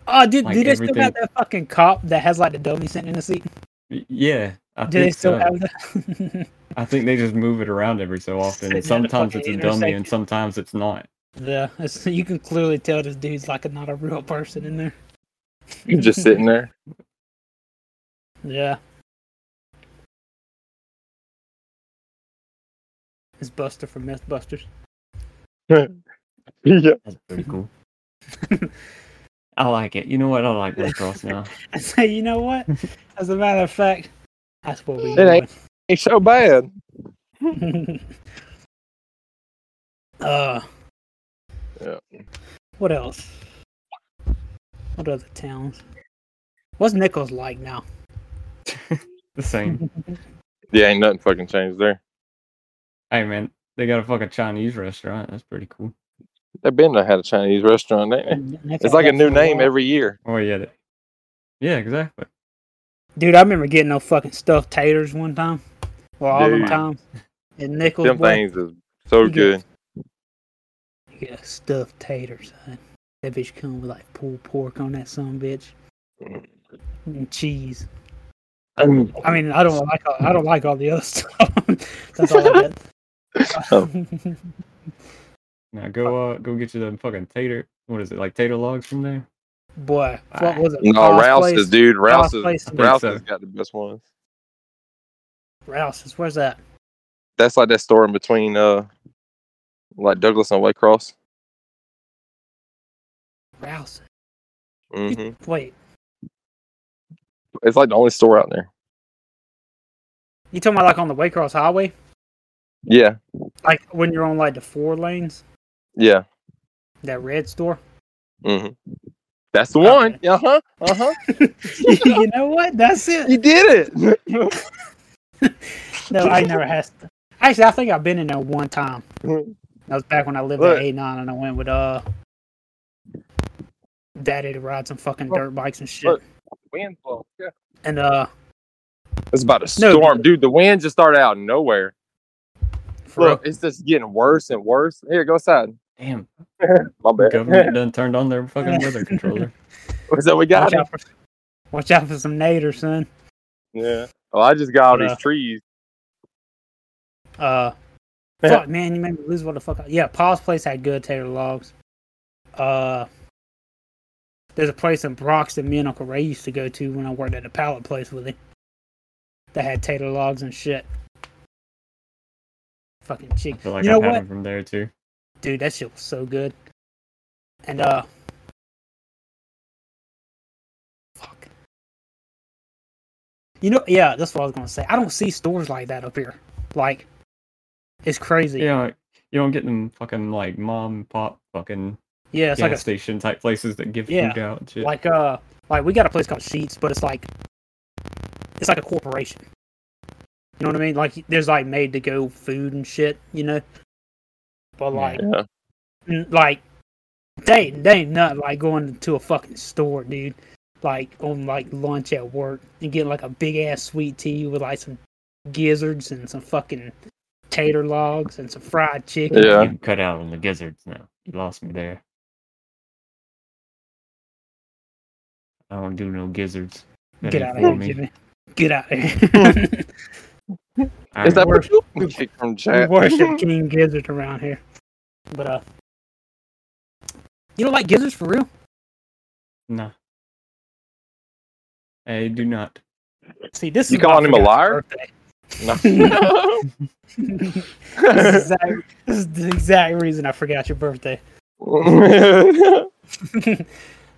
[SPEAKER 1] Oh, dude,
[SPEAKER 3] Like
[SPEAKER 1] do they still got
[SPEAKER 3] everything-
[SPEAKER 1] that fucking cop that has like the dummy sitting in the seat?
[SPEAKER 3] Y- Yeah, I
[SPEAKER 1] Do they
[SPEAKER 3] think
[SPEAKER 1] still
[SPEAKER 3] so.
[SPEAKER 1] have that? [LAUGHS]
[SPEAKER 3] I think they just move it around every so
[SPEAKER 1] Sitting
[SPEAKER 3] often.
[SPEAKER 1] in
[SPEAKER 3] and
[SPEAKER 1] the
[SPEAKER 3] Sometimes it's
[SPEAKER 1] fucking
[SPEAKER 3] a dummy, and
[SPEAKER 1] intersection.
[SPEAKER 3] sometimes it's not.
[SPEAKER 1] yeah, it's, you can clearly tell this dude's like a, not a real person in there.
[SPEAKER 2] [LAUGHS] you just sitting there. [LAUGHS]
[SPEAKER 1] Yeah. It's Buster from MythBusters. [LAUGHS]
[SPEAKER 2] Yeah.
[SPEAKER 3] That's pretty
[SPEAKER 1] [LAUGHS]
[SPEAKER 3] cool. I like it. You know what? I like Red Cross now.
[SPEAKER 1] I say, you know
[SPEAKER 3] [LAUGHS]
[SPEAKER 1] what? As a matter of fact, that's what we
[SPEAKER 2] It ain't- It's so bad.
[SPEAKER 1] doing. [LAUGHS] uh,
[SPEAKER 2] Yeah.
[SPEAKER 1] what else? What other towns? What's Nichols like
[SPEAKER 2] [LAUGHS]
[SPEAKER 1] now?
[SPEAKER 3] The
[SPEAKER 1] [LAUGHS]
[SPEAKER 3] same.
[SPEAKER 2] Yeah, ain't nothing fucking changed there.
[SPEAKER 3] hey man, they got a fucking Chinese restaurant. That's pretty cool.
[SPEAKER 2] They've been to had a Chinese restaurant. ain't they? It's like a new name every year.
[SPEAKER 3] Oh yeah. They... Yeah, exactly.
[SPEAKER 1] Dude, I remember getting those fucking stuffed taters one time. Well, all them
[SPEAKER 2] Dude.
[SPEAKER 1] times. And Nichols,
[SPEAKER 2] Them
[SPEAKER 1] boy,
[SPEAKER 2] things is so
[SPEAKER 1] You
[SPEAKER 2] good.
[SPEAKER 1] get- you get a stuffed tater, son. That bitch come with like pulled pork on that son bitch.
[SPEAKER 2] Mm.
[SPEAKER 1] And cheese.
[SPEAKER 2] Um,
[SPEAKER 1] I mean, I don't like all, I don't like all the other [LAUGHS] stuff. That's all I
[SPEAKER 2] [LAUGHS]
[SPEAKER 1] get.
[SPEAKER 3] Now go uh go get you the fucking tater. What is it like tater logs from there?
[SPEAKER 1] [LAUGHS] Boy, what was it?
[SPEAKER 2] No,
[SPEAKER 1] Ross
[SPEAKER 2] Rouse's,
[SPEAKER 1] Place?
[SPEAKER 2] dude. Rouse's,
[SPEAKER 1] place and-
[SPEAKER 2] Rouse's
[SPEAKER 3] So-
[SPEAKER 2] got the best ones.
[SPEAKER 1] Rouse's. Where's that?
[SPEAKER 2] That's like that store in between, uh, like Douglas and Waycross.
[SPEAKER 1] Rouse's.
[SPEAKER 2] hmm
[SPEAKER 1] Wait,
[SPEAKER 2] It's like the only store out there.
[SPEAKER 1] you talking about like on the Waycross Highway?
[SPEAKER 2] Yeah,
[SPEAKER 1] Like when you're on like the four lanes?
[SPEAKER 2] yeah.
[SPEAKER 1] That red
[SPEAKER 2] [LAUGHS]
[SPEAKER 1] store?
[SPEAKER 2] hmm That's the
[SPEAKER 1] Okay.
[SPEAKER 2] one. Uh huh. Uh huh.
[SPEAKER 1] you know what? That's it.
[SPEAKER 2] you did it. [LAUGHS]
[SPEAKER 1] No, I never has. To. Actually, I think I've been in there one time. That was back when I lived
[SPEAKER 2] Mm-hmm. Look.
[SPEAKER 1] at A nine, and I went with uh, daddy to ride some fucking dirt bikes and shit.
[SPEAKER 2] Look. Wind blow. Yeah.
[SPEAKER 1] And uh,
[SPEAKER 2] It's about a
[SPEAKER 1] No,
[SPEAKER 2] storm, dude. The wind just started out of nowhere.
[SPEAKER 1] for
[SPEAKER 2] Look, it's just getting worse and worse. Here, go outside.
[SPEAKER 3] Damn,
[SPEAKER 2] My
[SPEAKER 3] the
[SPEAKER 2] bad. [LAUGHS]
[SPEAKER 3] government done turned on
[SPEAKER 1] [LAUGHS]
[SPEAKER 3] their fucking weather controller.
[SPEAKER 2] so we got
[SPEAKER 1] watch
[SPEAKER 2] it.
[SPEAKER 1] out for watch out for some naders, son.
[SPEAKER 2] Yeah. Well, Oh, I just got all
[SPEAKER 1] But,
[SPEAKER 2] these
[SPEAKER 1] uh,
[SPEAKER 2] trees.
[SPEAKER 1] Uh, fuck, man, you made me lose what the fuck. I- yeah, Paul's place had good tater logs. Uh, there's a place in Bronx that me and Uncle Ray used to go to when I worked at the pallet place with him. That had tater logs and shit. Fucking
[SPEAKER 3] I
[SPEAKER 1] chick.
[SPEAKER 3] feel like
[SPEAKER 1] you know
[SPEAKER 3] I've had
[SPEAKER 1] what?
[SPEAKER 3] them from there too.
[SPEAKER 1] dude, that shit was so good. And uh, fuck. You know, yeah, that's what I was gonna say. I don't see stores like that up here. Like, it's crazy.
[SPEAKER 3] Yeah, like, you don't get them fucking like mom and pop fucking
[SPEAKER 1] Yeah,
[SPEAKER 3] gas
[SPEAKER 1] it's like a
[SPEAKER 3] station type places that give
[SPEAKER 1] Yeah,
[SPEAKER 3] food out and shit.
[SPEAKER 1] like uh like we got a place called Sheets, but it's like it's like a corporation. You know what I mean? Like there's like made to go food and shit, you know. But
[SPEAKER 3] Yeah.
[SPEAKER 1] like
[SPEAKER 2] Yeah.
[SPEAKER 1] n- like they ain't- they ain't nothing like going to a fucking store, dude. Like on like lunch at work and getting like a big ass sweet tea with like some gizzards and some fucking tater logs and some fried chicken.
[SPEAKER 2] Yeah.
[SPEAKER 3] You cut out on the gizzards now. You lost me there. I don't do no gizzards. That
[SPEAKER 1] Get
[SPEAKER 3] ain't
[SPEAKER 1] out of
[SPEAKER 3] for
[SPEAKER 1] here,
[SPEAKER 3] me.
[SPEAKER 1] Jimmy. Get out of here. [LAUGHS]
[SPEAKER 3] I
[SPEAKER 2] Is that
[SPEAKER 3] don't-
[SPEAKER 2] what you [LAUGHS] kick from
[SPEAKER 1] We
[SPEAKER 2] chat?
[SPEAKER 1] worship King Gizzard around here. But uh You don't like gizzards for real?
[SPEAKER 3] Nah. I do not.
[SPEAKER 1] See this
[SPEAKER 2] [LAUGHS] [LAUGHS] You
[SPEAKER 1] is why I
[SPEAKER 2] calling him a
[SPEAKER 1] forgot
[SPEAKER 2] liar?
[SPEAKER 1] your birthday.
[SPEAKER 2] [LAUGHS] No.
[SPEAKER 1] [LAUGHS] this, is exact, this is the exact reason I forgot your birthday.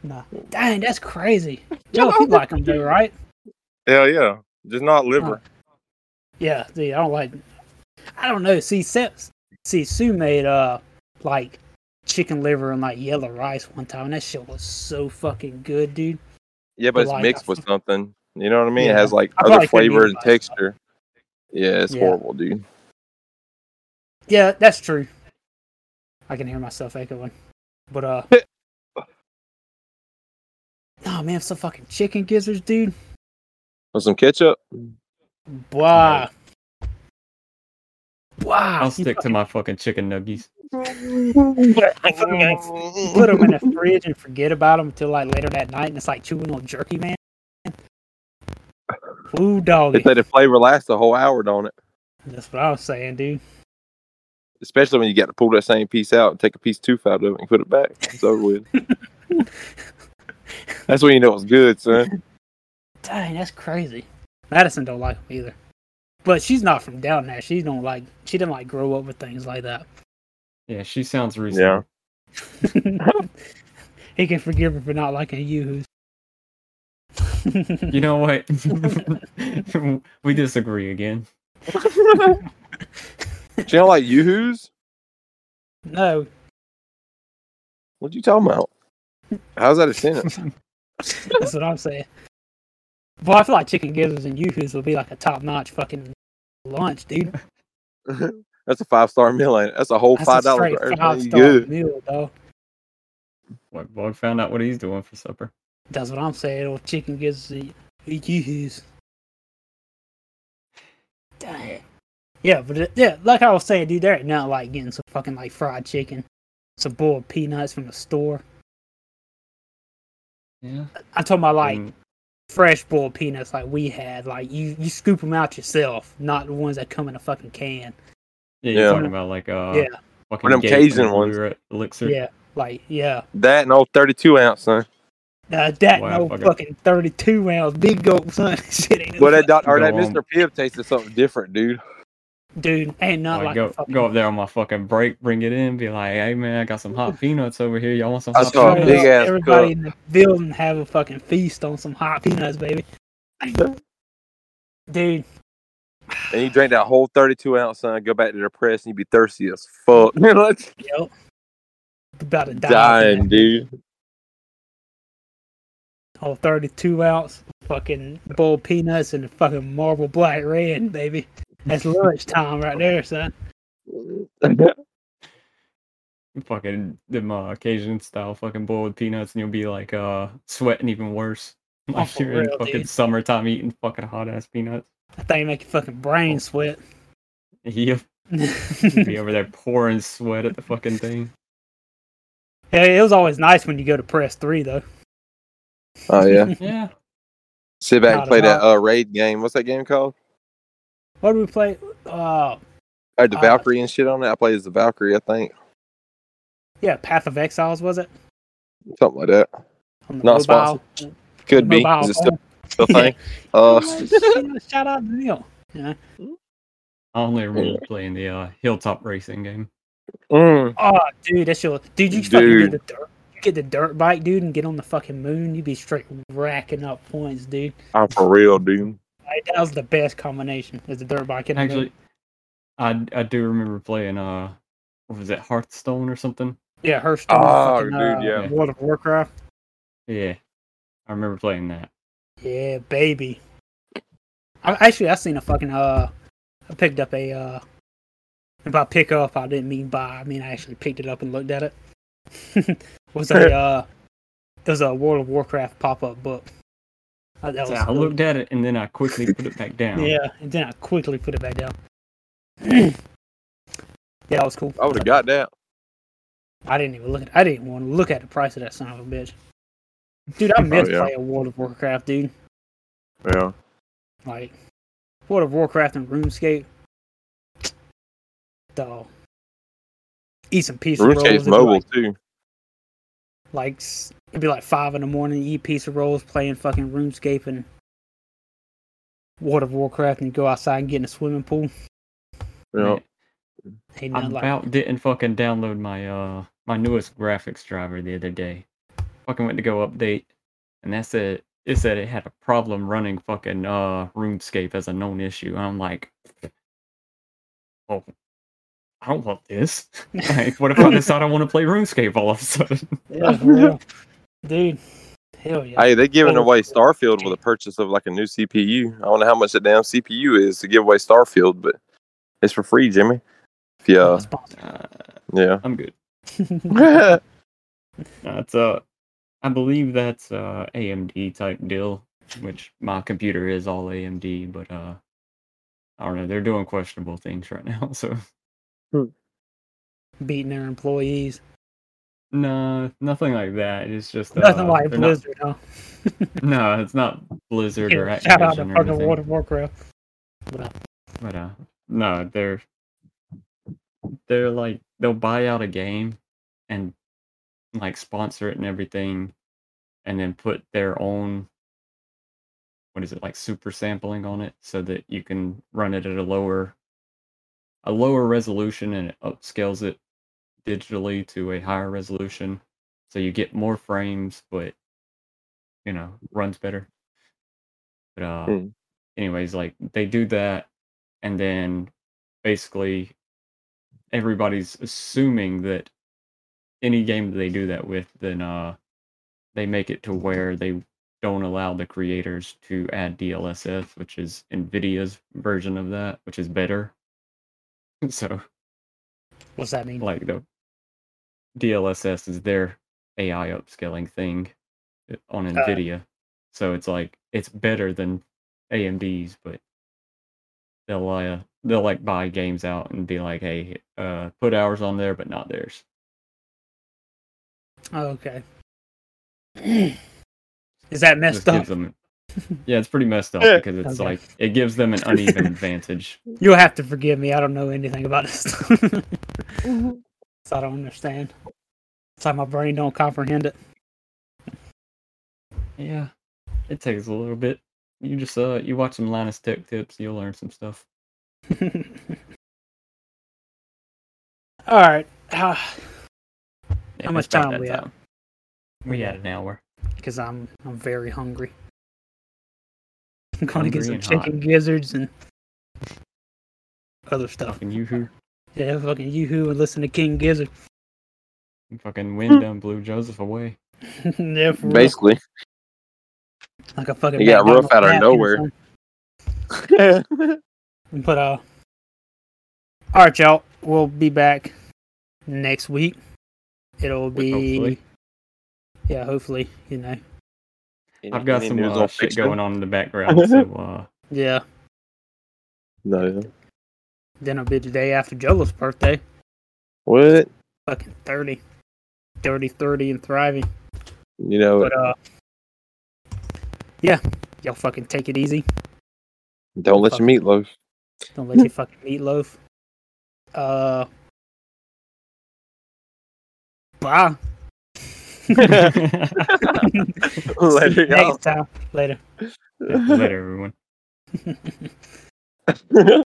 [SPEAKER 1] nah. Dang, that's crazy. Yo, if you like them though, right?
[SPEAKER 2] Hell yeah. Just not liver.
[SPEAKER 1] Yeah, dude, I don't like I don't know. See Seth, see Sue made uh like chicken liver and like yellow rice one time and that shit was so fucking good, dude.
[SPEAKER 2] Yeah, but it's
[SPEAKER 1] Like-
[SPEAKER 2] mixed with something. You know what I mean? It
[SPEAKER 1] Yeah.
[SPEAKER 2] has like
[SPEAKER 1] I
[SPEAKER 2] other
[SPEAKER 1] probably couldn't
[SPEAKER 2] flavor
[SPEAKER 1] eat
[SPEAKER 2] and
[SPEAKER 1] it by itself.
[SPEAKER 2] texture. Yeah, it's
[SPEAKER 1] Yeah.
[SPEAKER 2] horrible, dude.
[SPEAKER 1] Yeah, that's true. I can hear myself echoing. But
[SPEAKER 3] [LAUGHS]
[SPEAKER 1] uh Oh man, some fucking chicken gizzards, dude.
[SPEAKER 2] With some ketchup.
[SPEAKER 1] Wow. Wow. [LAUGHS]
[SPEAKER 3] I'll stick to my fucking chicken nuggies.
[SPEAKER 1] Put them in the fridge and forget about them until like later that night, and it's like chewing on jerky, man. Ooh,
[SPEAKER 2] They
[SPEAKER 1] doggy.
[SPEAKER 2] say the flavor lasts a whole hour, don't it?
[SPEAKER 1] That's what I was saying, dude.
[SPEAKER 2] Especially when you got to pull that same piece out and take a piece tooth out of it and put it back. It's over [LAUGHS] with. That's when you know it's good, son.
[SPEAKER 1] Dang, that's crazy. Madison don't like them either, but she's not from down there. She don't like. She didn't like grow up with things like that.
[SPEAKER 3] Yeah, she sounds reasonable.
[SPEAKER 1] [LAUGHS] he can forgive her for not liking you. [LAUGHS]
[SPEAKER 3] You know what? [LAUGHS] we disagree again.
[SPEAKER 2] She don't like yoo-hoos?
[SPEAKER 1] no,
[SPEAKER 2] What you talking about? How's that a
[SPEAKER 1] [LAUGHS]
[SPEAKER 2] sentence?
[SPEAKER 1] that's what I'm saying. Well, I feel like chicken gizzards and yoo-hoos would be like a top-notch fucking lunch, dude.
[SPEAKER 2] That's a five star meal, ain't it? That's a whole
[SPEAKER 1] That's
[SPEAKER 2] five
[SPEAKER 1] a
[SPEAKER 2] dollars
[SPEAKER 1] straight
[SPEAKER 2] for everything. You
[SPEAKER 1] five-star
[SPEAKER 2] good.
[SPEAKER 1] meal, though.
[SPEAKER 3] What Bug found out what he's doing for supper.
[SPEAKER 1] That's what I'm saying. Or chicken gizzards and yoo-hoos. Dang. Yeah, but it, yeah, like I was saying, dude, there ain't nothing like getting some fucking like fried chicken, some boiled peanuts from the store.
[SPEAKER 3] Yeah.
[SPEAKER 1] I'm talking about like
[SPEAKER 3] And
[SPEAKER 1] fresh boiled peanuts like we had. Like you, you scoop them out yourself, not the ones that come in a fucking can.
[SPEAKER 3] yeah, you're
[SPEAKER 2] Yeah.
[SPEAKER 3] talking about like uh
[SPEAKER 1] Yeah.
[SPEAKER 3] fucking
[SPEAKER 2] them
[SPEAKER 3] Gates
[SPEAKER 2] Cajun
[SPEAKER 3] whenever we
[SPEAKER 2] ones.
[SPEAKER 3] were at Elixir.
[SPEAKER 1] Yeah, like yeah,
[SPEAKER 2] That and old thirty two ounce, son.
[SPEAKER 1] Now, that
[SPEAKER 3] Wow,
[SPEAKER 1] no
[SPEAKER 3] fucker.
[SPEAKER 1] fucking 32 rounds, big gulp, son. [LAUGHS] Shit ain't
[SPEAKER 2] Well that doc, or that
[SPEAKER 3] Go on.
[SPEAKER 2] Mr. Pibb tasted something different, dude.
[SPEAKER 1] dude ain't not
[SPEAKER 3] Like,
[SPEAKER 1] like,
[SPEAKER 3] go
[SPEAKER 1] a fucking
[SPEAKER 3] go up there on my fucking break, bring it in, be like, hey man, I got
[SPEAKER 1] [LAUGHS]
[SPEAKER 3] some hot peanuts over here. Y'all want some
[SPEAKER 2] I
[SPEAKER 3] hot
[SPEAKER 2] saw a
[SPEAKER 1] Straight
[SPEAKER 2] Oh,
[SPEAKER 3] peanuts?
[SPEAKER 2] big
[SPEAKER 1] up, [LAUGHS]
[SPEAKER 2] ass
[SPEAKER 1] everybody
[SPEAKER 2] cup.
[SPEAKER 1] in the building have a fucking feast on some hot peanuts, baby. [LAUGHS] Dude,
[SPEAKER 2] And you drink that whole thirty two ounce, son, go back to the press and you be thirsty as fuck. [LAUGHS] Let's
[SPEAKER 1] yep. About to die.
[SPEAKER 2] dying, dude. [LAUGHS]
[SPEAKER 1] Oh, 32 ounce fucking boiled peanuts and a fucking marble black red, baby. That's lunchtime right there, son.
[SPEAKER 3] [LAUGHS] Fucking them uh, Cajun style fucking boiled peanuts and you'll be like uh sweating even worse. [LAUGHS] Like
[SPEAKER 1] Oh, for
[SPEAKER 3] you're in
[SPEAKER 1] real,
[SPEAKER 3] fucking
[SPEAKER 1] dude.
[SPEAKER 3] summertime eating fucking hot ass peanuts. [LAUGHS]
[SPEAKER 1] That thing make your fucking
[SPEAKER 2] Oh.
[SPEAKER 1] brain sweat.
[SPEAKER 3] You'll
[SPEAKER 1] hey, [LAUGHS]
[SPEAKER 3] be over there pouring sweat at the fucking thing.
[SPEAKER 1] it was always nice when you go to press three, though.
[SPEAKER 2] oh yeah.
[SPEAKER 3] Yeah.
[SPEAKER 2] Sit back and
[SPEAKER 1] Not
[SPEAKER 2] play
[SPEAKER 1] at
[SPEAKER 2] that uh, raid game. What's that game called?
[SPEAKER 1] What do we play? Uh,
[SPEAKER 2] I had the
[SPEAKER 1] Uh,
[SPEAKER 2] Valkyrie and shit on it. I played as the Valkyrie, I think,
[SPEAKER 1] yeah, Path of Exiles was it?
[SPEAKER 2] something like that.
[SPEAKER 1] On the
[SPEAKER 2] Not
[SPEAKER 1] mobile.
[SPEAKER 2] Could be.
[SPEAKER 1] Mobile
[SPEAKER 2] Is it still, still a
[SPEAKER 1] [LAUGHS]
[SPEAKER 2] thing? Uh,
[SPEAKER 1] Yeah, Shout out to Neil.
[SPEAKER 3] I only remember playing the uh, hilltop racing game.
[SPEAKER 2] [LAUGHS] mm,
[SPEAKER 1] Oh, dude, that's your dude. You fucking get
[SPEAKER 2] Dude.
[SPEAKER 1] the dirt, you get the dirt bike, dude, and get on the fucking moon. You be straight racking up points, dude.
[SPEAKER 2] I'm for real, dude.
[SPEAKER 1] Like, that was the best combination. Is the dirt bike and the moon.
[SPEAKER 3] Actually, I I do remember playing uh, what was it Hearthstone or something?
[SPEAKER 1] yeah, Hearthstone,
[SPEAKER 2] Oh,
[SPEAKER 1] fucking,
[SPEAKER 2] dude,
[SPEAKER 1] uh,
[SPEAKER 2] yeah.
[SPEAKER 1] World of Warcraft.
[SPEAKER 3] Yeah, I remember playing that.
[SPEAKER 1] Yeah, baby. I, actually, I seen a fucking uh, I picked up a uh, and by pick up, I didn't mean buy. I mean I actually picked it up and looked at it. [LAUGHS] was
[SPEAKER 3] [LAUGHS]
[SPEAKER 1] a uh, it was a World of Warcraft pop up book. Uh, that
[SPEAKER 3] So I
[SPEAKER 1] was-
[SPEAKER 3] looked at it and then I quickly put it back down.
[SPEAKER 1] Yeah, and then I quickly put it back down. [CLEARS THROAT] yeah, that was cool.
[SPEAKER 2] I would have got that.
[SPEAKER 1] I didn't even look. At, I didn't want to look at the price of that son of a bitch. Dude, I
[SPEAKER 3] Oh,
[SPEAKER 1] miss
[SPEAKER 2] yeah.
[SPEAKER 1] playing World of Warcraft, dude.
[SPEAKER 2] Yeah.
[SPEAKER 1] Like World of Warcraft and RuneScape. Dog. Eat some pizza rolls.
[SPEAKER 2] RuneScape's
[SPEAKER 1] it'd be
[SPEAKER 2] mobile
[SPEAKER 1] Like,
[SPEAKER 2] too.
[SPEAKER 1] like s- it'd be like five in the morning. Eat pizza rolls, playing fucking RuneScape and World of Warcraft, and go outside and get in a swimming pool.
[SPEAKER 2] Yeah.
[SPEAKER 1] Ain't
[SPEAKER 3] I
[SPEAKER 1] nothing like
[SPEAKER 3] about didn't fucking download my uh my newest graphics driver the other day. Fucking went to go update, and that said it said it had a problem running fucking uh RuneScape as a known issue. And I'm like, oh, I don't want this. [LAUGHS] like, what if I decide I want to play RuneScape all of a sudden?
[SPEAKER 1] Yeah, for real. dude. Hell yeah.
[SPEAKER 2] Hey, they're giving
[SPEAKER 1] Oh.
[SPEAKER 2] away Starfield with a purchase of like a new CPU. I don't know how much the damn CPU is to give away Starfield, but it's for free, Jimmy. If
[SPEAKER 1] [LAUGHS]
[SPEAKER 2] you, uh,
[SPEAKER 3] Uh,
[SPEAKER 2] yeah.
[SPEAKER 3] I'm good.
[SPEAKER 2] yeah,
[SPEAKER 3] That's uh, I believe that's uh AMD type deal, which my computer is all AMD, but uh, I don't know. They're doing questionable things right now, [LAUGHS] so.
[SPEAKER 1] Beating their employees.
[SPEAKER 3] No, nothing like that. It's just
[SPEAKER 1] Nothing
[SPEAKER 3] uh,
[SPEAKER 1] like
[SPEAKER 3] they're not-
[SPEAKER 1] Blizzard, huh?
[SPEAKER 3] no, it's not Blizzard or
[SPEAKER 1] Yeah, Shout out to
[SPEAKER 3] Activision or
[SPEAKER 1] fucking
[SPEAKER 3] anything.
[SPEAKER 1] World of Warcraft.
[SPEAKER 3] But uh, no, they're they're like they'll buy out a game and like sponsor it and everything, and then put their own what is it like super sampling on it so that you can run it at a lower a lower resolution and it upscales it digitally to a higher resolution so you get more frames but you know runs better but uh
[SPEAKER 2] Hmm.
[SPEAKER 3] anyways like they do that and then basically everybody's assuming that any game that they do that with then uh they make it to where they don't allow the creators to add DLSS, which is Nvidia's version of that, which is better. [LAUGHS] So,
[SPEAKER 1] What's that mean?
[SPEAKER 3] like the DLSS is their AI upscaling thing uh, on Nvidia, so it's like it's better than AMD's, but they'll uh, they'll like buy games out and be like, hey, uh, put ours on there, but not theirs.
[SPEAKER 1] Oh, okay. [CLEARS THROAT] Is that messed
[SPEAKER 3] Just gives
[SPEAKER 1] up? [LAUGHS]
[SPEAKER 3] them- yeah, it's pretty messed up
[SPEAKER 2] Yeah.
[SPEAKER 3] because it's
[SPEAKER 1] Okay.
[SPEAKER 3] like it gives them an
[SPEAKER 1] [LAUGHS]
[SPEAKER 3] uneven advantage.
[SPEAKER 1] You'll have to forgive me. I don't know anything about this stuff. [LAUGHS] so I don't understand. It's like my brain don't comprehend it.
[SPEAKER 3] Yeah, it takes a little bit. You just uh, you watch some Linus Tech tips, you'll learn some stuff.
[SPEAKER 1] [LAUGHS] All right. Ah,
[SPEAKER 3] Yeah,
[SPEAKER 1] much
[SPEAKER 3] it's about
[SPEAKER 1] time
[SPEAKER 3] that
[SPEAKER 1] we at?
[SPEAKER 3] We had an hour.
[SPEAKER 1] because I'm I'm very hungry. [LAUGHS] I'm gonna get
[SPEAKER 3] Hungry
[SPEAKER 1] some
[SPEAKER 3] and hot.
[SPEAKER 1] chicken gizzards and other stuff.
[SPEAKER 3] Fucking you who
[SPEAKER 1] Yeah, fucking yoo-hoo and listen to King Gizzard. [LAUGHS]
[SPEAKER 3] fucking wind done blew Joseph away.
[SPEAKER 1] yeah, for real.
[SPEAKER 2] basically.
[SPEAKER 1] like a fucking.
[SPEAKER 2] He got rough
[SPEAKER 1] McDonald's
[SPEAKER 2] out of
[SPEAKER 1] napkin or
[SPEAKER 2] nowhere.
[SPEAKER 1] something. But uh, all right, y'all. We'll be back next week. It'll be
[SPEAKER 3] Hopefully.
[SPEAKER 1] yeah, hopefully. You know,
[SPEAKER 3] I've got
[SPEAKER 2] Any
[SPEAKER 3] some
[SPEAKER 2] news
[SPEAKER 3] uh,
[SPEAKER 2] on
[SPEAKER 3] shit
[SPEAKER 2] fiction?
[SPEAKER 3] going on in the background, so uh, [LAUGHS]
[SPEAKER 1] yeah.
[SPEAKER 2] No.
[SPEAKER 1] Then it'll be the day after Jolo's birthday.
[SPEAKER 2] What?
[SPEAKER 1] Fucking 30. Dirty 30 and thriving.
[SPEAKER 2] You know,
[SPEAKER 1] But uh, yeah. Y'all fucking take it easy.
[SPEAKER 2] Don't let your meatloaf.
[SPEAKER 1] Don't let your fucking meatloaf. Uh. Bye.
[SPEAKER 2] Later, [LAUGHS]
[SPEAKER 1] See you
[SPEAKER 2] y'all.
[SPEAKER 1] next time. Later.
[SPEAKER 3] Later, everyone.